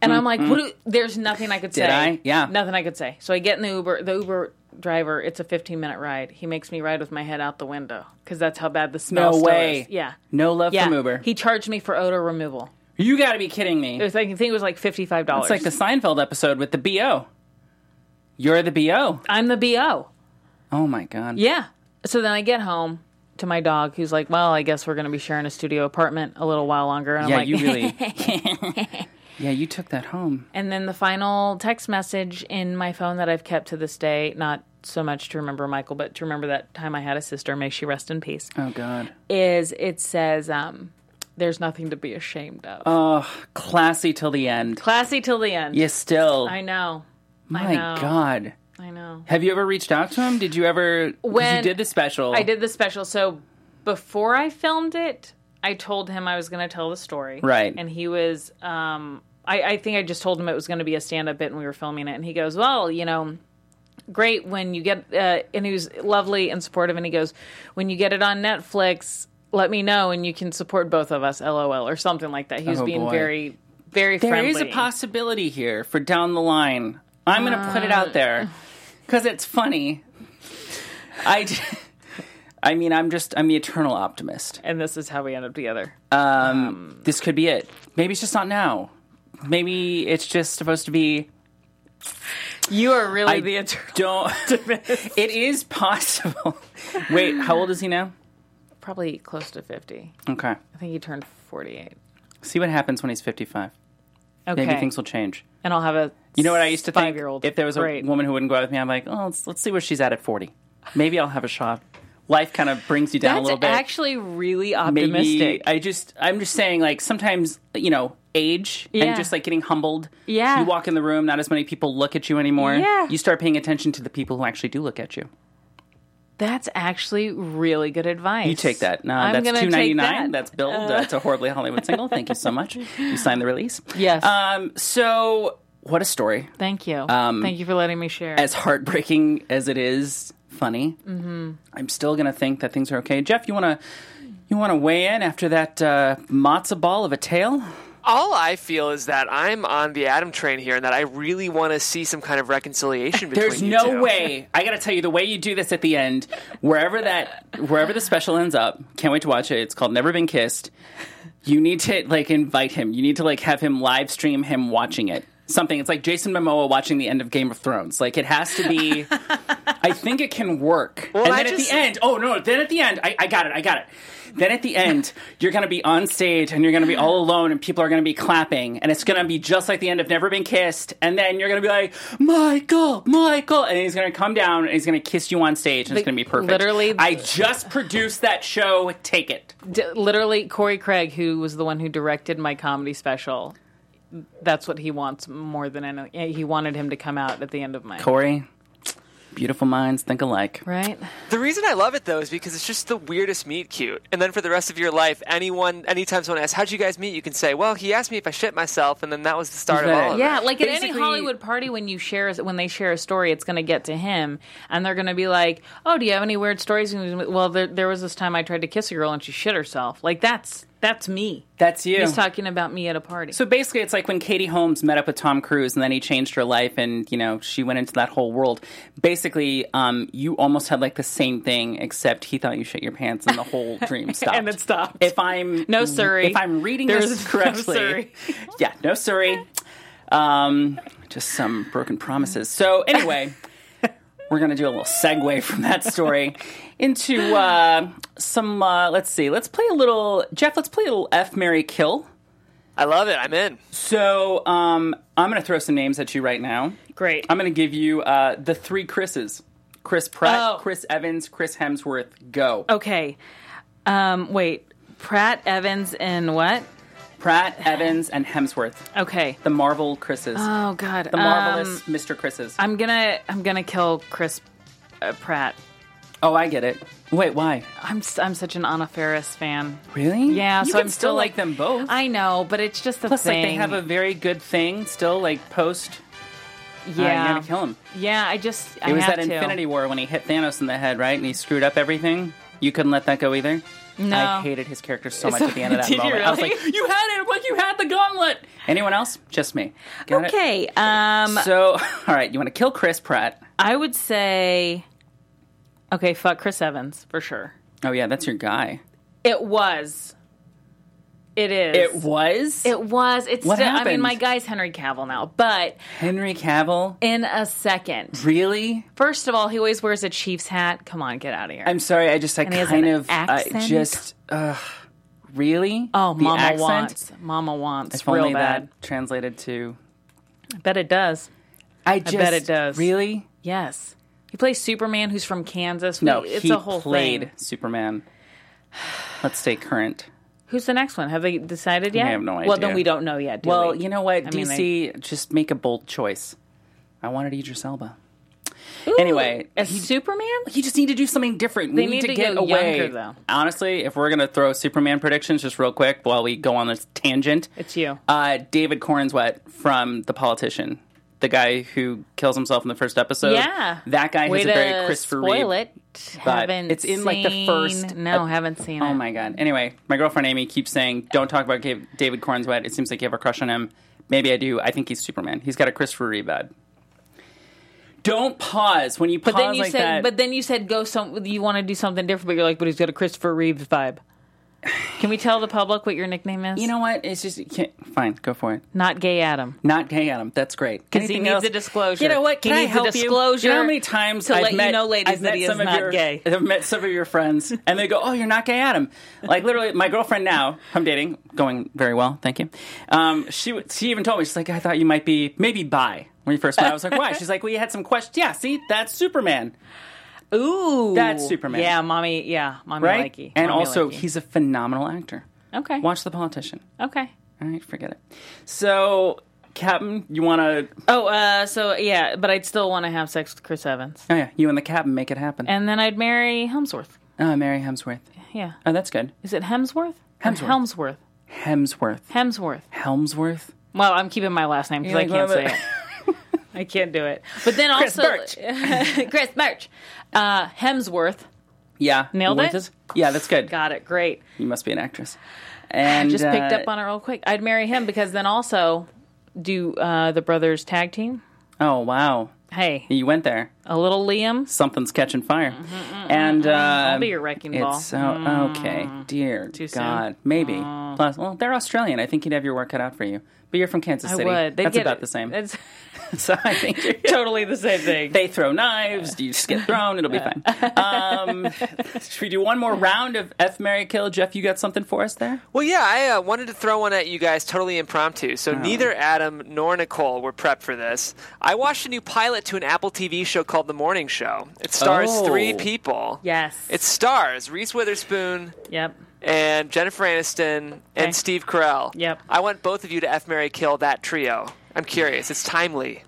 [SPEAKER 3] I'm like, what do, there's nothing I could say.
[SPEAKER 1] Did I? Yeah.
[SPEAKER 3] Nothing I could say. So I get in the Uber. The Uber driver, it's a 15 minute ride. He makes me ride with my head out the window because that's how bad the smell
[SPEAKER 1] No
[SPEAKER 3] still
[SPEAKER 1] way.
[SPEAKER 3] is. Yeah.
[SPEAKER 1] No love
[SPEAKER 3] yeah.
[SPEAKER 1] from Uber.
[SPEAKER 3] He charged me for odor removal.
[SPEAKER 1] you got to be kidding me.
[SPEAKER 3] It was like, I think it was like $55.
[SPEAKER 1] It's like the Seinfeld episode with the BO. You're the BO.
[SPEAKER 3] I'm the BO.
[SPEAKER 1] Oh my God.
[SPEAKER 3] Yeah. So then I get home to my dog, who's like, "Well, I guess we're going to be sharing a studio apartment a little while longer." And
[SPEAKER 1] Yeah,
[SPEAKER 3] I'm like,
[SPEAKER 1] you really. yeah, you took that home.
[SPEAKER 3] And then the final text message in my phone that I've kept to this day, not so much to remember Michael, but to remember that time I had a sister, may she rest in peace,
[SPEAKER 1] Oh God.
[SPEAKER 3] is it says, um, "There's nothing to be ashamed of."
[SPEAKER 1] Classy till the end.
[SPEAKER 3] Classy till the end.
[SPEAKER 1] You still.
[SPEAKER 3] I know.
[SPEAKER 1] my
[SPEAKER 3] know.
[SPEAKER 1] God.
[SPEAKER 3] I know.
[SPEAKER 1] Have you ever reached out to him? Did you ever? 'cause you
[SPEAKER 3] When-
[SPEAKER 1] did the special,
[SPEAKER 3] I did the special. So before I filmed it, I told him I was going to tell the story.
[SPEAKER 1] Right.
[SPEAKER 3] And he was, um, I, I think I just told him it was going to be a stand up bit and we were filming it. And he goes, Well, you know, great when you get, uh, and he was lovely and supportive. And he goes, When you get it on Netflix, let me know and you can support both of us, lol, or something like that. He was
[SPEAKER 1] Oh,
[SPEAKER 3] being
[SPEAKER 1] boy.
[SPEAKER 3] very, very
[SPEAKER 1] There
[SPEAKER 3] friendly.
[SPEAKER 1] is a possibility here for down the line. I'm going to put it out there because it's funny. I, j- I mean, I'm just I'm the eternal optimist.
[SPEAKER 3] and this is how we end up together.
[SPEAKER 1] This could be it. Maybe it's just not now. Maybe it's just supposed to be.
[SPEAKER 3] You are really
[SPEAKER 1] I
[SPEAKER 3] the eternal.
[SPEAKER 1] Don't. it is possible. Wait, how old is he now?
[SPEAKER 3] Probably close to 50.
[SPEAKER 1] Okay.
[SPEAKER 3] I think he turned 48.
[SPEAKER 1] See what happens when he's 55.
[SPEAKER 3] Okay.
[SPEAKER 1] Maybe things will change.
[SPEAKER 3] and I'll have a
[SPEAKER 1] You know what I used to think?
[SPEAKER 3] five year old.
[SPEAKER 1] If there was a woman who wouldn't go out with me, I'm like, oh, let's, let's see where she's at at 40. Maybe I'll have a shot. Life kind of brings you down a
[SPEAKER 3] that's
[SPEAKER 1] little bit.
[SPEAKER 3] actually really
[SPEAKER 1] Maybe
[SPEAKER 3] optimistic.
[SPEAKER 1] I just, I'm just saying, like sometimes, you know, age
[SPEAKER 3] Yeah.
[SPEAKER 1] and just like getting humbled.
[SPEAKER 3] Yeah.
[SPEAKER 1] you walk in the room, not as many people look at you anymore.
[SPEAKER 3] Yeah.
[SPEAKER 1] you start paying attention to the people who actually do look at you.
[SPEAKER 3] that's actually really good advice.
[SPEAKER 1] You take that. No,
[SPEAKER 3] I'm
[SPEAKER 1] that's
[SPEAKER 3] gonna
[SPEAKER 1] two
[SPEAKER 3] take
[SPEAKER 1] ninety
[SPEAKER 3] that. Uh.
[SPEAKER 1] nine. That's Bill. that's a horribly Hollywood single. Thank you so much. You signed the release.
[SPEAKER 3] Yes.
[SPEAKER 1] Um. So, what a story.
[SPEAKER 3] Thank you. Thank you for letting me share.
[SPEAKER 1] um, as heartbreaking as it is funny, I'm still gonna think that things are okay. Jeff, you wanna you wanna weigh in after that uh, matzo ball of a tale?
[SPEAKER 4] All I feel is that I'm on the Adam train here, and that I really want to see some kind of reconciliation between.
[SPEAKER 1] There's
[SPEAKER 4] you
[SPEAKER 1] no
[SPEAKER 4] two.
[SPEAKER 1] way. I gotta tell you, the way you do this at the end, wherever that wherever the special ends up, can't wait to watch it. It's called Never Been Kissed. You need to like invite him. You need to like have him live stream him watching it. Something. It's like Jason Momoa watching the end of Game of Thrones. Like it has to be. I think it can work. and
[SPEAKER 4] I
[SPEAKER 1] then
[SPEAKER 4] just-
[SPEAKER 1] at the end, oh no! Then at the end, I, I got it. I got it. Then at the end, you're going to be on stage and you're going to be all alone, and people are going to be clapping, and it's going to be just like the end of Never Been Kissed. And then you're going to be like, Michael, Michael, and he's going to come down and he's going to kiss you on stage, and it's
[SPEAKER 3] Like,
[SPEAKER 1] going to be perfect.
[SPEAKER 3] literally-
[SPEAKER 1] I just produced that show. Take it.
[SPEAKER 3] D- literally, Corey Craig, who was the one who directed my comedy special, that's what he wants more than any. He wanted him to come out at the end of my
[SPEAKER 1] Corey, beautiful minds think alike.
[SPEAKER 3] right.
[SPEAKER 4] The reason I love it though is because it's just the weirdest meet cute. And then for the rest of your life, anyone, anytime someone asks, "How'd you guys meet?" you can say, "Well, he asked me if I shit myself," and then that was the start of
[SPEAKER 1] Right.
[SPEAKER 4] all of
[SPEAKER 3] Yeah,
[SPEAKER 4] it.
[SPEAKER 3] like at any
[SPEAKER 1] Basically-
[SPEAKER 3] Hollywood party, when you share when they share a story, it's going to get to him, and they're going to be like, "Oh, do you have any weird stories?" And he's gonna be, Well, there, there was this time I tried to kiss a girl and she shit herself. Like that's that's me.
[SPEAKER 1] That's you.
[SPEAKER 3] He's talking about me at a party.
[SPEAKER 1] So basically, it's like when Katie Holmes met up with Tom Cruise, and then he changed her life, and you know she went into that whole world. Basically, um, you almost had like the same thing, except he thought you shit your pants, and the whole dream stopped.
[SPEAKER 3] And it stopped.
[SPEAKER 1] If I'm
[SPEAKER 3] No, sorry.
[SPEAKER 1] If I'm reading
[SPEAKER 3] There
[SPEAKER 1] this
[SPEAKER 3] is no
[SPEAKER 1] correctly,
[SPEAKER 3] sorry.
[SPEAKER 1] yeah, no sorry. Um, just some broken promises. So anyway. We're gonna do a little segue from that story into uh, some. Uh, let's see. Let's play a little Jeff. Let's play a little F Mary Kill.
[SPEAKER 4] I love it. I'm in.
[SPEAKER 1] So um, I'm going to throw some names at you right now.
[SPEAKER 3] Great.
[SPEAKER 1] I'm going to give you uh, the three Chris's: Chris Pratt,
[SPEAKER 3] Oh.
[SPEAKER 1] Chris Evans, Chris Hemsworth. Go.
[SPEAKER 3] okay. Um, wait, Pratt Evans and what?
[SPEAKER 1] Pratt, Evans, and Hemsworth,
[SPEAKER 3] Okay.
[SPEAKER 1] the Marvel Chris's,
[SPEAKER 3] Oh God.
[SPEAKER 1] the marvelous
[SPEAKER 3] Um,
[SPEAKER 1] Mr. Chris's.
[SPEAKER 3] I'm gonna I'm gonna kill Chris uh, Pratt.
[SPEAKER 1] oh, I get it. Wait, why?
[SPEAKER 3] I'm s- I'm such an Anna Faris fan.
[SPEAKER 1] Really?
[SPEAKER 3] Yeah,
[SPEAKER 1] You
[SPEAKER 3] so
[SPEAKER 1] can
[SPEAKER 3] I'm
[SPEAKER 1] still
[SPEAKER 3] still
[SPEAKER 1] like them both.
[SPEAKER 3] I know, but it's just the
[SPEAKER 1] Plus,
[SPEAKER 3] thing.
[SPEAKER 1] like they have a very good thing still, like post. uh,
[SPEAKER 3] yeah.
[SPEAKER 1] you gotta kill him.
[SPEAKER 3] Yeah, I just
[SPEAKER 1] It
[SPEAKER 3] I
[SPEAKER 1] was
[SPEAKER 3] have
[SPEAKER 1] that
[SPEAKER 3] to.
[SPEAKER 1] Infinity War when he hit Thanos in the head, right? And he screwed up everything. You couldn't let that go either.
[SPEAKER 3] No.
[SPEAKER 1] I hated his character so much
[SPEAKER 3] So-
[SPEAKER 1] at the end of that
[SPEAKER 3] Did you
[SPEAKER 1] moment. I was
[SPEAKER 3] really?
[SPEAKER 1] like, "You had it, like you had the gauntlet." Anyone else? Just me. Got it?
[SPEAKER 3] Okay. Um,
[SPEAKER 1] So, all right, you want to kill Chris Pratt?
[SPEAKER 3] I would say, okay, fuck Chris Evans for sure.
[SPEAKER 1] Oh yeah, that's your guy.
[SPEAKER 3] It was. It is.
[SPEAKER 1] It was
[SPEAKER 3] It was. It's.
[SPEAKER 1] What
[SPEAKER 3] still, I mean,
[SPEAKER 1] happened?
[SPEAKER 3] my guy's Henry Cavill now, but
[SPEAKER 1] Henry Cavill.
[SPEAKER 3] in a second.
[SPEAKER 1] Really?
[SPEAKER 3] First of all, he always wears a Chiefs hat. Come on, get out of here.
[SPEAKER 1] I'm sorry. I just I
[SPEAKER 3] he has
[SPEAKER 1] kind
[SPEAKER 3] an
[SPEAKER 1] of I
[SPEAKER 3] accent?
[SPEAKER 1] just uh, really.
[SPEAKER 3] oh,
[SPEAKER 1] the
[SPEAKER 3] Mama
[SPEAKER 1] accent?
[SPEAKER 3] wants. Mama wants.
[SPEAKER 1] If
[SPEAKER 3] real
[SPEAKER 1] only
[SPEAKER 3] bad.
[SPEAKER 1] that translated to.
[SPEAKER 3] I bet it does.
[SPEAKER 1] I just
[SPEAKER 3] bet it does.
[SPEAKER 1] really.
[SPEAKER 3] Yes. He plays Superman, who's from Kansas.
[SPEAKER 1] No,
[SPEAKER 3] We- it's
[SPEAKER 1] he
[SPEAKER 3] a whole
[SPEAKER 1] played
[SPEAKER 3] thing.
[SPEAKER 1] Superman. Let's stay current.
[SPEAKER 3] Who's the next one? Have they decided yet?
[SPEAKER 1] have no
[SPEAKER 3] Well,
[SPEAKER 1] idea.
[SPEAKER 3] then we don't know yet. Do
[SPEAKER 1] Well,
[SPEAKER 3] we?
[SPEAKER 1] you know what,
[SPEAKER 3] I mean,
[SPEAKER 1] DC, just make a bold choice. I wanted Idris Elba. Anyway,
[SPEAKER 3] as Superman,
[SPEAKER 1] You just need to do something different. They we need,
[SPEAKER 3] need
[SPEAKER 1] to,
[SPEAKER 3] to
[SPEAKER 1] get
[SPEAKER 3] go
[SPEAKER 1] away.
[SPEAKER 3] younger, though.
[SPEAKER 1] Honestly, if we're gonna throw Superman predictions just real quick while we go on this tangent,
[SPEAKER 3] it's you.
[SPEAKER 1] uh, David Cornswet from The Politician, the guy who kills himself in the first episode.
[SPEAKER 3] yeah,
[SPEAKER 1] that guy
[SPEAKER 3] Way
[SPEAKER 1] has a
[SPEAKER 3] to
[SPEAKER 1] very Christopher
[SPEAKER 3] spoil
[SPEAKER 1] Reeve.
[SPEAKER 3] it.
[SPEAKER 1] but
[SPEAKER 3] Haven't
[SPEAKER 1] it's in, like, the first
[SPEAKER 3] seen- No,
[SPEAKER 1] ep-
[SPEAKER 3] haven't seen it.
[SPEAKER 1] Oh my god. Anyway, my girlfriend Amy keeps saying, "Don't talk about Gav- David Cornswet." It seems like you have a crush on him. Maybe I do. I think he's Superman. He's got a Christopher Reeve bed. Don't pause when you pause
[SPEAKER 3] But then you
[SPEAKER 1] like
[SPEAKER 3] said,
[SPEAKER 1] that.
[SPEAKER 3] but then you said, go some. You want to do something different, but you're like, but he's got a Christopher Reeves vibe. Can we tell the public what your nickname is?
[SPEAKER 1] you know what? It's just you can't, fine. Go for it.
[SPEAKER 3] not gay Adam.
[SPEAKER 1] Not gay Adam. That's great.
[SPEAKER 3] Because he
[SPEAKER 1] Anything
[SPEAKER 3] needs
[SPEAKER 1] else?
[SPEAKER 3] a disclosure.
[SPEAKER 1] You know what? Can
[SPEAKER 3] he
[SPEAKER 1] I
[SPEAKER 3] needs
[SPEAKER 1] help
[SPEAKER 3] a
[SPEAKER 1] you?
[SPEAKER 3] disclosure
[SPEAKER 1] You know how many times
[SPEAKER 3] to
[SPEAKER 1] I've
[SPEAKER 3] let
[SPEAKER 1] met,
[SPEAKER 3] you know, ladies,
[SPEAKER 1] I've met
[SPEAKER 3] that he is
[SPEAKER 1] some of
[SPEAKER 3] not
[SPEAKER 1] your,
[SPEAKER 3] gay.
[SPEAKER 1] I've met some of your friends, and they go, "Oh, you're not gay, Adam." Like literally, my girlfriend now, I'm dating, going very well, thank you. Um, she w- she even told me she's like, "I thought you might be maybe bi." When you first met, I was like, "Why?" She's like, "We had some questions." Yeah, see, that's Superman,
[SPEAKER 3] Ooh,
[SPEAKER 1] That's Superman.
[SPEAKER 3] Yeah, mommy. Yeah, mommy
[SPEAKER 1] right?
[SPEAKER 3] likey.
[SPEAKER 1] and
[SPEAKER 3] Mommy
[SPEAKER 1] also,
[SPEAKER 3] likey.
[SPEAKER 1] he's a phenomenal actor.
[SPEAKER 3] okay.
[SPEAKER 1] Watch The Politician.
[SPEAKER 3] Okay.
[SPEAKER 1] All right, forget it. So, Captain, you want to?
[SPEAKER 3] Oh, uh, so yeah, but I'd still want to have sex with Chris Evans,
[SPEAKER 1] Oh yeah, you and the Captain make it happen.
[SPEAKER 3] and then I'd marry Hemsworth.
[SPEAKER 1] oh, Mary Hemsworth.
[SPEAKER 3] Yeah,
[SPEAKER 1] Oh, that's good.
[SPEAKER 3] is it Hemsworth? Or
[SPEAKER 1] Hemsworth.
[SPEAKER 3] Helmsworth.
[SPEAKER 1] Hemsworth.
[SPEAKER 3] Hemsworth.
[SPEAKER 1] Helmsworth.
[SPEAKER 3] Well, I'm keeping my last name because I
[SPEAKER 1] You're like,
[SPEAKER 3] can't
[SPEAKER 1] what
[SPEAKER 3] say
[SPEAKER 1] about-
[SPEAKER 3] it. I can't do it. But then
[SPEAKER 1] Chris
[SPEAKER 3] also
[SPEAKER 1] Birch.
[SPEAKER 3] Chris Birch. Uh, Hemsworth.
[SPEAKER 1] Yeah.
[SPEAKER 3] Nailed
[SPEAKER 1] Worth
[SPEAKER 3] it?
[SPEAKER 1] is- Yeah, that's good.
[SPEAKER 3] Got it. Great.
[SPEAKER 1] You must be an actress. And
[SPEAKER 3] Just picked
[SPEAKER 1] uh,
[SPEAKER 3] up on it real quick. I'd marry him because then also do uh, the brothers tag team.
[SPEAKER 1] Oh wow,
[SPEAKER 3] Hey,
[SPEAKER 1] you went there.
[SPEAKER 3] a little Liam.
[SPEAKER 1] Something's catching fire.
[SPEAKER 3] Mm-hmm,
[SPEAKER 1] and uh, I'll
[SPEAKER 3] be your wrecking
[SPEAKER 1] it's
[SPEAKER 3] ball. Mm.
[SPEAKER 1] So okay, dear
[SPEAKER 3] soon? Oh.
[SPEAKER 1] God, maybe. Plus, well, they're Australian. I think you'd have your work cut out for you. But you're from Kansas
[SPEAKER 3] I
[SPEAKER 1] City.
[SPEAKER 3] would. They'd
[SPEAKER 1] That's
[SPEAKER 3] get
[SPEAKER 1] about
[SPEAKER 3] it.
[SPEAKER 1] the same.
[SPEAKER 3] It's
[SPEAKER 1] so I think you're,
[SPEAKER 3] totally the same thing.
[SPEAKER 1] they throw knives. You just get thrown. It'll be fine. Um, should we do one more round of F Mary Kill? Jeff, you got something for us there?
[SPEAKER 4] Well, yeah, I uh, wanted to throw one at you guys totally impromptu. So neither Adam nor Nicole were prepped for this. I watched a new pilot to an Apple TV show called The Morning Show. It stars
[SPEAKER 1] Oh.
[SPEAKER 4] three people.
[SPEAKER 3] yes.
[SPEAKER 4] It stars Reese Witherspoon
[SPEAKER 3] yep. Oh,
[SPEAKER 4] and Jennifer Aniston
[SPEAKER 3] Okay.
[SPEAKER 4] and Steve Carell.
[SPEAKER 3] Yep.
[SPEAKER 4] I want both of you to F Mary Kill that trio. I'm curious. It's timely.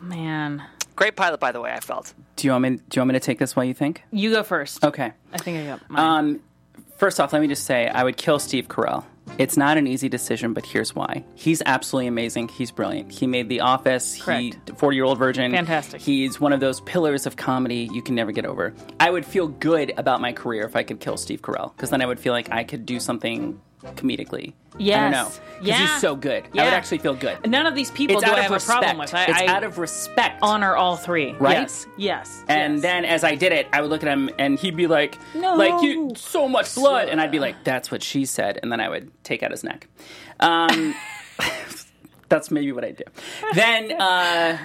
[SPEAKER 3] Man,
[SPEAKER 4] Great pilot, by the way, I felt.
[SPEAKER 1] Do you want me? Do you want me to take this while you think?
[SPEAKER 3] you go first.
[SPEAKER 1] Okay.
[SPEAKER 3] I think I got mine.
[SPEAKER 1] Um, first off, let me just say I would kill Steve Carell. It's not an easy decision, but here's why. He's absolutely amazing. He's brilliant. He made The Office. He,
[SPEAKER 3] Correct.
[SPEAKER 1] 40 year old virgin.
[SPEAKER 3] Fantastic.
[SPEAKER 1] He's one of those pillars of comedy you can never get over. I would feel good about my career if I could kill Steve Carell, because then I would feel like I could do something comedically. I don't
[SPEAKER 3] Yes.
[SPEAKER 1] know. Because
[SPEAKER 3] Yeah.
[SPEAKER 1] he's so good. I
[SPEAKER 3] Yeah.
[SPEAKER 1] would actually feel good.
[SPEAKER 3] None of these people
[SPEAKER 1] it's
[SPEAKER 3] do
[SPEAKER 1] out
[SPEAKER 3] I
[SPEAKER 1] of
[SPEAKER 3] have
[SPEAKER 1] respect.
[SPEAKER 3] a problem with. I,
[SPEAKER 1] it's
[SPEAKER 3] I
[SPEAKER 1] out of respect.
[SPEAKER 3] honor all three.
[SPEAKER 1] Right?
[SPEAKER 3] Yes. Yes.
[SPEAKER 1] And
[SPEAKER 3] yes.
[SPEAKER 1] then as I did it, I would look at him and he'd be like,
[SPEAKER 3] No.
[SPEAKER 1] like you so much blood, and I'd be like, that's what she said, and then I would take out his neck. Um, that's maybe what I do. Then uh,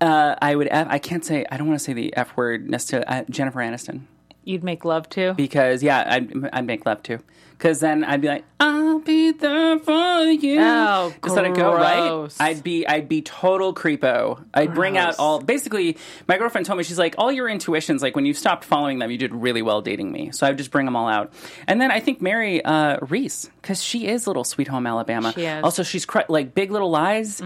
[SPEAKER 1] uh, I would, F- I can't say, I don't want to say the F word necessarily. Uh, Jennifer Aniston.
[SPEAKER 3] You'd make love to.
[SPEAKER 1] because yeah, I'd, I'd make love too. Because then I'd be like, I'll be there for you.
[SPEAKER 3] Oh,
[SPEAKER 1] Just let it go, right?
[SPEAKER 3] gross.
[SPEAKER 1] I'd be, I'd be total creepo. I'd bring out
[SPEAKER 3] Gross.
[SPEAKER 1] all. Basically, my girlfriend told me she's like, all your intuitions, like when you stopped following them, you did really well dating me. So I would just bring them all out. And then I think Mary uh, Reese, because she is little Sweet Home Alabama.
[SPEAKER 3] She is. Mm-hmm.
[SPEAKER 1] Also, she's cr- like Big Little Lies.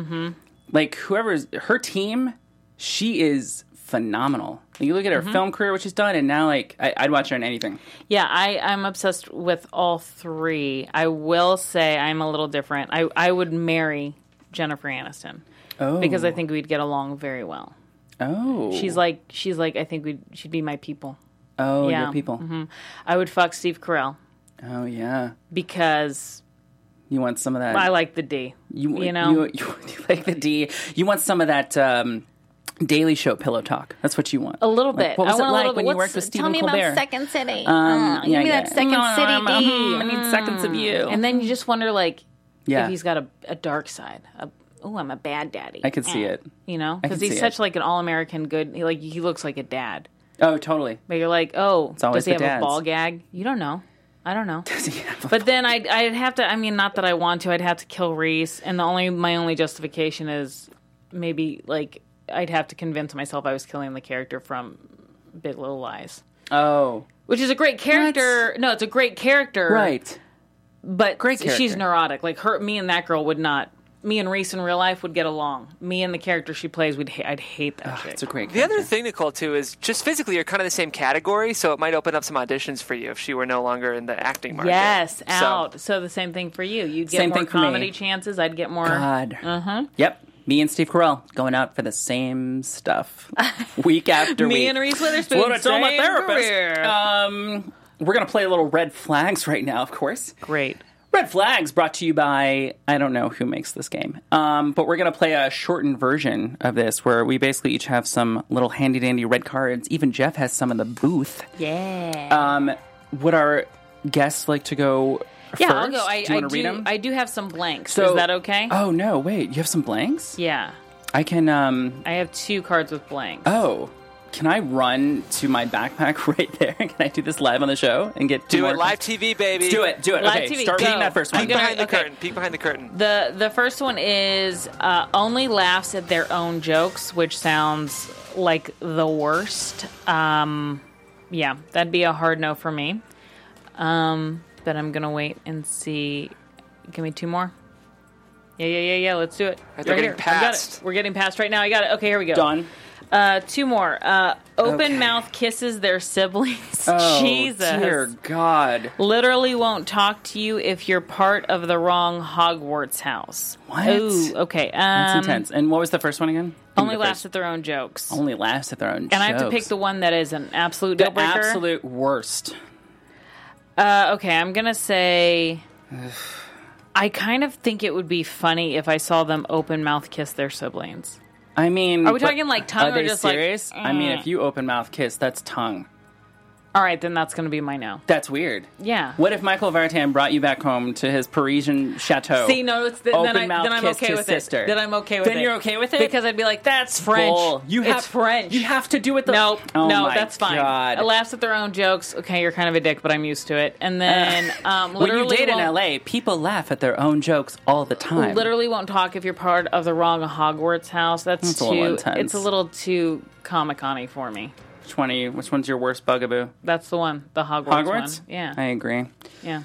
[SPEAKER 1] Like whoever's her team, she is phenomenal. You look at
[SPEAKER 3] Mm-hmm.
[SPEAKER 1] her film career, what she's done, and now like I, I'd watch her in anything.
[SPEAKER 3] Yeah, I, I'm obsessed with all three. I will say I'm a little different. I, I would marry Jennifer Aniston because I think we'd get along very well.
[SPEAKER 1] Oh,
[SPEAKER 3] She's like she's like I think we'd she'd be my people.
[SPEAKER 1] oh,
[SPEAKER 3] yeah. Mm-hmm.
[SPEAKER 1] your people.
[SPEAKER 3] I would fuck Steve Carell
[SPEAKER 1] Oh yeah,
[SPEAKER 3] because
[SPEAKER 1] you want some of that?
[SPEAKER 3] I like the D.
[SPEAKER 1] you,
[SPEAKER 3] you know?
[SPEAKER 1] you, you, you like the D. You want some of that um, Daily Show pillow talk. That's what you want.
[SPEAKER 3] A little
[SPEAKER 1] Like,
[SPEAKER 3] bit.
[SPEAKER 1] What was
[SPEAKER 3] I
[SPEAKER 1] it
[SPEAKER 3] want a
[SPEAKER 1] like
[SPEAKER 3] little
[SPEAKER 1] when
[SPEAKER 3] bit.
[SPEAKER 1] you worked with
[SPEAKER 3] What's-
[SPEAKER 1] Stephen
[SPEAKER 5] Tell me
[SPEAKER 1] Colbert?
[SPEAKER 5] about Second
[SPEAKER 1] Um,
[SPEAKER 5] City.
[SPEAKER 3] Ah,
[SPEAKER 5] Uh, give
[SPEAKER 1] yeah,
[SPEAKER 5] me
[SPEAKER 1] yeah.
[SPEAKER 5] that Second
[SPEAKER 1] Mm,
[SPEAKER 5] City
[SPEAKER 1] I'm-
[SPEAKER 5] D.
[SPEAKER 1] mm, I need seconds of you.
[SPEAKER 3] And then you just wonder like
[SPEAKER 1] yeah,
[SPEAKER 3] if he's got a, a dark side. Oh, I'm a bad daddy. Eh,
[SPEAKER 1] I could see it.
[SPEAKER 3] you know,
[SPEAKER 1] can
[SPEAKER 3] because
[SPEAKER 1] see
[SPEAKER 3] he's
[SPEAKER 1] it.
[SPEAKER 3] such like an all-American good. He, like he looks like a dad.
[SPEAKER 1] Oh, totally.
[SPEAKER 3] But you're like, oh,
[SPEAKER 1] always
[SPEAKER 3] does he
[SPEAKER 1] the
[SPEAKER 3] have
[SPEAKER 1] dads.
[SPEAKER 3] a ball gag? You don't know. I don't know. But then I'd, I'd have to. I mean, not that I want to. I'd have to kill Reese, and the only my only justification is maybe like I'd have to convince myself I was killing the character from Big Little Lies,
[SPEAKER 1] oh,
[SPEAKER 3] which is a great character. No, it's a great character,
[SPEAKER 1] right.
[SPEAKER 3] But great she's
[SPEAKER 1] character.
[SPEAKER 3] neurotic. Like her, me and that girl would not. Me and Reese in real life would get along. Me and the character she plays, would ha- I'd hate that shit.
[SPEAKER 1] It's a great.
[SPEAKER 4] The other thing, Nicole, too, is just physically you're kind of the same category, so it might open up some auditions for you if she were no longer in the acting market.
[SPEAKER 3] Yes,
[SPEAKER 4] So-
[SPEAKER 3] out. So, the same thing for you. You'd get
[SPEAKER 1] Same
[SPEAKER 3] more
[SPEAKER 1] thing for me.
[SPEAKER 3] comedy chances. I'd get more.
[SPEAKER 1] God.
[SPEAKER 3] Uh-huh.
[SPEAKER 1] Yep. Me and Steve Carell going out for the same stuff week after
[SPEAKER 3] Me
[SPEAKER 1] week.
[SPEAKER 3] and Reese Witherspoon.
[SPEAKER 1] What I told my
[SPEAKER 3] same
[SPEAKER 1] therapist.
[SPEAKER 3] career.
[SPEAKER 1] Um, we're gonna play a little red flags right now, of course.
[SPEAKER 3] Great.
[SPEAKER 1] Red flags brought to you by I don't know who makes this game, um, but we're gonna play a shortened version of this where we basically each have some little handy dandy red cards. Even Jeff has some in the booth.
[SPEAKER 3] Yeah.
[SPEAKER 1] Um, would our guests like to go?
[SPEAKER 3] yeah,
[SPEAKER 1] first?
[SPEAKER 3] I'll go. I,
[SPEAKER 1] do you
[SPEAKER 3] I,
[SPEAKER 1] want to
[SPEAKER 3] do,
[SPEAKER 1] read them?
[SPEAKER 3] I do have some blanks. Is that okay?
[SPEAKER 1] Oh no! Wait, you have some blanks.
[SPEAKER 3] Yeah.
[SPEAKER 1] I can. um
[SPEAKER 3] I have two cards with blanks.
[SPEAKER 1] Oh, can I run to my backpack right there? Can I do this live on the show and get two
[SPEAKER 4] Do
[SPEAKER 1] more
[SPEAKER 4] it live TV, baby.
[SPEAKER 1] Do it. Do it.
[SPEAKER 3] Live
[SPEAKER 1] okay,
[SPEAKER 3] TV,
[SPEAKER 1] start
[SPEAKER 3] go.
[SPEAKER 1] reading that first
[SPEAKER 3] I'm
[SPEAKER 1] one.
[SPEAKER 4] Peek behind the
[SPEAKER 3] Okay.
[SPEAKER 4] curtain. Peek behind the curtain.
[SPEAKER 3] The the first one is uh, only laughs at their own jokes, which sounds like the worst. Um, yeah, that'd be a hard no for me. Um, but I'm gonna wait and see. Give me two more. Yeah, yeah, yeah, yeah. Let's do it.
[SPEAKER 4] Right, they're getting
[SPEAKER 3] here. I got
[SPEAKER 4] passed.
[SPEAKER 3] it. We're getting past right now. I got it. Okay, here we go.
[SPEAKER 1] Done.
[SPEAKER 3] Uh, two more. Uh, open
[SPEAKER 1] Okay.
[SPEAKER 3] mouth kisses their siblings.
[SPEAKER 1] Oh,
[SPEAKER 3] Jesus
[SPEAKER 1] dear God.
[SPEAKER 3] literally won't talk to you if you're part of the wrong Hogwarts house.
[SPEAKER 1] What?
[SPEAKER 3] Ooh, okay. Um,
[SPEAKER 1] That's intense. And what was the first one again? Give me
[SPEAKER 3] Only
[SPEAKER 1] the
[SPEAKER 3] laughs
[SPEAKER 1] first-
[SPEAKER 3] at their own jokes.
[SPEAKER 1] Only laughs at their own.
[SPEAKER 3] and I have to pick the one that is an absolute deal
[SPEAKER 1] the
[SPEAKER 3] breaker.
[SPEAKER 1] absolute worst.
[SPEAKER 3] Uh, okay, I'm gonna say. I kind of think it would be funny if I saw them open mouth kiss their siblings.
[SPEAKER 1] I mean, are
[SPEAKER 3] we talking, like, tongue
[SPEAKER 1] are
[SPEAKER 3] or
[SPEAKER 1] they
[SPEAKER 3] just, like, uh.
[SPEAKER 1] serious? I mean, if you open mouth kiss, that's tongue.
[SPEAKER 3] All right, then that's gonna be my no.
[SPEAKER 1] That's weird.
[SPEAKER 3] Yeah.
[SPEAKER 1] What if Michael Vartan brought you back home to his Parisian chateau?
[SPEAKER 3] See, no, it's the,
[SPEAKER 1] Open
[SPEAKER 3] then, I,
[SPEAKER 1] mouth
[SPEAKER 3] then I'm
[SPEAKER 1] kiss
[SPEAKER 3] okay
[SPEAKER 1] to
[SPEAKER 3] with
[SPEAKER 1] sister.
[SPEAKER 3] it. Then I'm okay with
[SPEAKER 1] Then
[SPEAKER 3] it.
[SPEAKER 1] you're okay with it?
[SPEAKER 3] because I'd be like, that's French.
[SPEAKER 1] Bull. You
[SPEAKER 3] it's
[SPEAKER 1] have
[SPEAKER 3] French.
[SPEAKER 1] You have to do it. The,
[SPEAKER 3] Nope.
[SPEAKER 1] Oh
[SPEAKER 3] no,
[SPEAKER 1] my
[SPEAKER 3] that's fine.
[SPEAKER 1] God.
[SPEAKER 3] It laughs at their own jokes. Okay, you're kind of a dick, but I'm used to it. And then um,
[SPEAKER 1] when
[SPEAKER 3] literally
[SPEAKER 1] you date in
[SPEAKER 3] won't-
[SPEAKER 1] LA, people laugh at their own jokes all the time.
[SPEAKER 3] Literally won't talk if you're part of the wrong Hogwarts house. That's,
[SPEAKER 1] That's a
[SPEAKER 3] too.
[SPEAKER 1] little intense.
[SPEAKER 3] It's a little too Comic Con for me.
[SPEAKER 1] which one? are you- Which one's your worst bugaboo?
[SPEAKER 3] That's the one, the Hogwarts,
[SPEAKER 1] Hogwarts.
[SPEAKER 3] one. Yeah,
[SPEAKER 1] I agree.
[SPEAKER 3] yeah.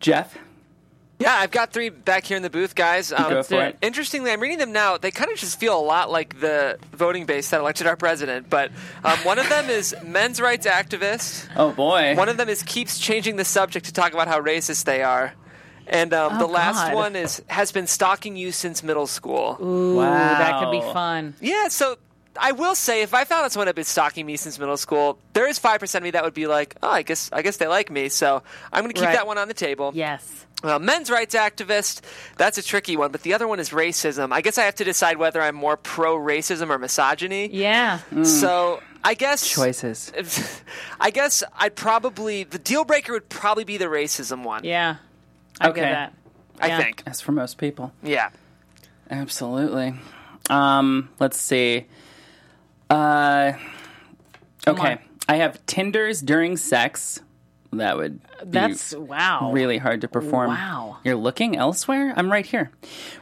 [SPEAKER 1] Jeff,
[SPEAKER 4] Yeah, I've got three back here in the booth, guys. Um,
[SPEAKER 1] go for
[SPEAKER 3] do
[SPEAKER 1] it.
[SPEAKER 3] it.
[SPEAKER 4] Interestingly, I'm reading them now. They kind of just feel a lot like the voting base that elected our president. But um, one of them is men's rights activist.
[SPEAKER 1] Oh boy.
[SPEAKER 4] One of them is keeps changing the subject to talk about how racist they are. And um, the last
[SPEAKER 3] Oh, God.
[SPEAKER 4] one is has been stalking you since middle school.
[SPEAKER 3] Ooh, that could be
[SPEAKER 1] Wow.
[SPEAKER 3] fun.
[SPEAKER 4] Yeah, so I will say if I found someone had been stalking me since middle school, there is five percent of me that would be like, oh, I guess I guess they like me. So I'm going to keep
[SPEAKER 3] Right.
[SPEAKER 4] that one on the table.
[SPEAKER 3] Yes.
[SPEAKER 4] Well, men's rights activist, that's a tricky one, but the other one is racism. I guess I have to decide whether I'm more pro racism or misogyny.
[SPEAKER 3] Yeah.
[SPEAKER 4] So I guess
[SPEAKER 1] choices.
[SPEAKER 4] I guess I'd probably the deal breaker would probably be the racism one.
[SPEAKER 3] Yeah. I
[SPEAKER 1] Okay.
[SPEAKER 3] get that.
[SPEAKER 4] I
[SPEAKER 3] yeah.
[SPEAKER 4] think.
[SPEAKER 1] That's for most people.
[SPEAKER 4] Yeah.
[SPEAKER 1] Absolutely. Um, let's see. Uh, okay.
[SPEAKER 3] on.
[SPEAKER 1] I have Tinders during sex. That would be
[SPEAKER 3] That's wow.
[SPEAKER 1] really hard to perform.
[SPEAKER 3] Wow.
[SPEAKER 1] You're looking elsewhere? I'm right here.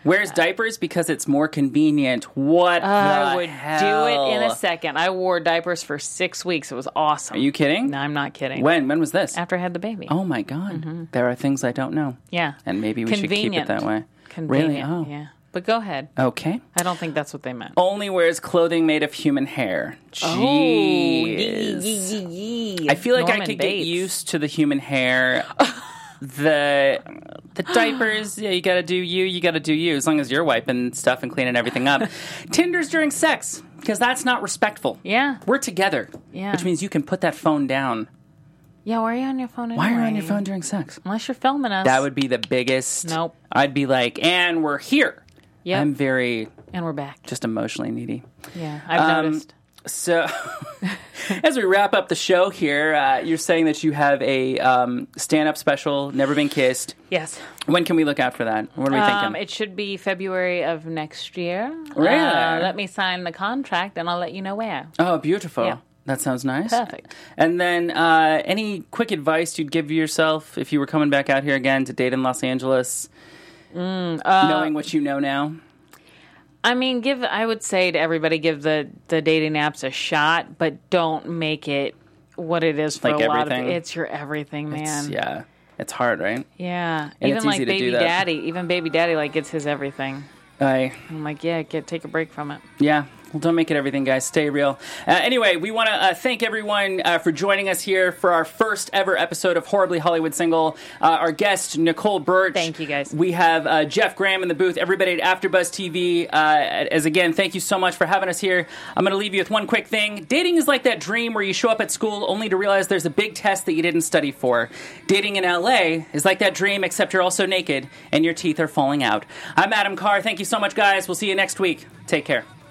[SPEAKER 1] Wears diapers because it's more convenient. What
[SPEAKER 3] I
[SPEAKER 1] the
[SPEAKER 3] would do
[SPEAKER 1] hell?
[SPEAKER 3] it in a second. I wore diapers for six weeks. It was awesome.
[SPEAKER 1] Are you kidding?
[SPEAKER 3] No, I'm not kidding.
[SPEAKER 1] When? When was this?
[SPEAKER 3] After I had the baby.
[SPEAKER 1] Oh my God. There are things I don't know.
[SPEAKER 3] yeah.
[SPEAKER 1] And maybe we should keep it
[SPEAKER 3] Convenient.
[SPEAKER 1] that way. Really?
[SPEAKER 3] Convenient.
[SPEAKER 1] Oh.
[SPEAKER 3] Yeah. But go ahead.
[SPEAKER 1] Okay.
[SPEAKER 3] I don't think that's what they meant.
[SPEAKER 1] Only wears clothing made of human hair.
[SPEAKER 3] Oh,
[SPEAKER 1] Jeez. I feel like I
[SPEAKER 3] Norman
[SPEAKER 1] could get
[SPEAKER 3] Bates.
[SPEAKER 1] used to the human hair. the the diapers, yeah, you gotta do you, you gotta do you, as long as you're wiping stuff and cleaning everything up. Tinder's during sex, because that's not respectful.
[SPEAKER 3] Yeah.
[SPEAKER 1] We're together.
[SPEAKER 3] Yeah.
[SPEAKER 1] Which means you can put that phone down.
[SPEAKER 3] Yeah, why are you on your phone anyway?
[SPEAKER 1] Why are you on your phone during sex?
[SPEAKER 3] Unless you're filming us.
[SPEAKER 1] That would be the biggest.
[SPEAKER 3] Nope.
[SPEAKER 1] I'd be like, and we're here.
[SPEAKER 3] Yep.
[SPEAKER 1] I'm very
[SPEAKER 3] and we're back.
[SPEAKER 1] just Um, emotionally needy.
[SPEAKER 3] Yeah, I've noticed.
[SPEAKER 1] So, as we wrap up the show here, uh, you're saying that you have a um, stand up special, Never Been Kissed.
[SPEAKER 3] Yes.
[SPEAKER 1] When can we look out for that? What are we
[SPEAKER 3] Um,
[SPEAKER 1] thinking?
[SPEAKER 3] it should be February of next year.
[SPEAKER 1] Really?
[SPEAKER 3] Uh, let me sign the contract and I'll let you know where.
[SPEAKER 1] oh, beautiful.
[SPEAKER 3] Yeah.
[SPEAKER 1] That sounds nice.
[SPEAKER 3] Perfect.
[SPEAKER 1] And then, uh, any quick advice you'd give yourself if you were coming back out here again to date in Los Angeles,
[SPEAKER 3] Mm, uh,
[SPEAKER 1] knowing what you know now?
[SPEAKER 3] I mean, give I would say to everybody give the the dating apps a shot, but don't make it what it is for
[SPEAKER 1] Like
[SPEAKER 3] a lot
[SPEAKER 1] everything.
[SPEAKER 3] of it's your everything, man.
[SPEAKER 1] It's- yeah. It's hard, right?
[SPEAKER 3] Yeah.
[SPEAKER 1] And
[SPEAKER 3] even
[SPEAKER 1] it's
[SPEAKER 3] like
[SPEAKER 1] easy to do
[SPEAKER 3] baby
[SPEAKER 1] that.
[SPEAKER 3] daddy, even baby daddy like it's his everything.
[SPEAKER 1] I.
[SPEAKER 3] I'm like, yeah, get take a break from it.
[SPEAKER 1] Yeah. Well, don't make it everything, guys. Stay real. Uh, anyway, we want to uh, thank everyone uh, for joining us here for our first ever episode of Horribly Hollywood Single. Uh, our guest, Nicole Birch.
[SPEAKER 3] Thank you, guys.
[SPEAKER 1] We have uh, Jeff Graham in the booth, everybody at AfterBuzz TV. Uh, as again, thank you so much for having us here. I'm going to leave you with one quick thing. Dating is like that dream where you show up at school only to realize there's a big test that you didn't study for. Dating in LA is like that dream, except you're also naked and your teeth are falling out. I'm Adam Carr. Thank you so much, guys. We'll see you next week. Take care.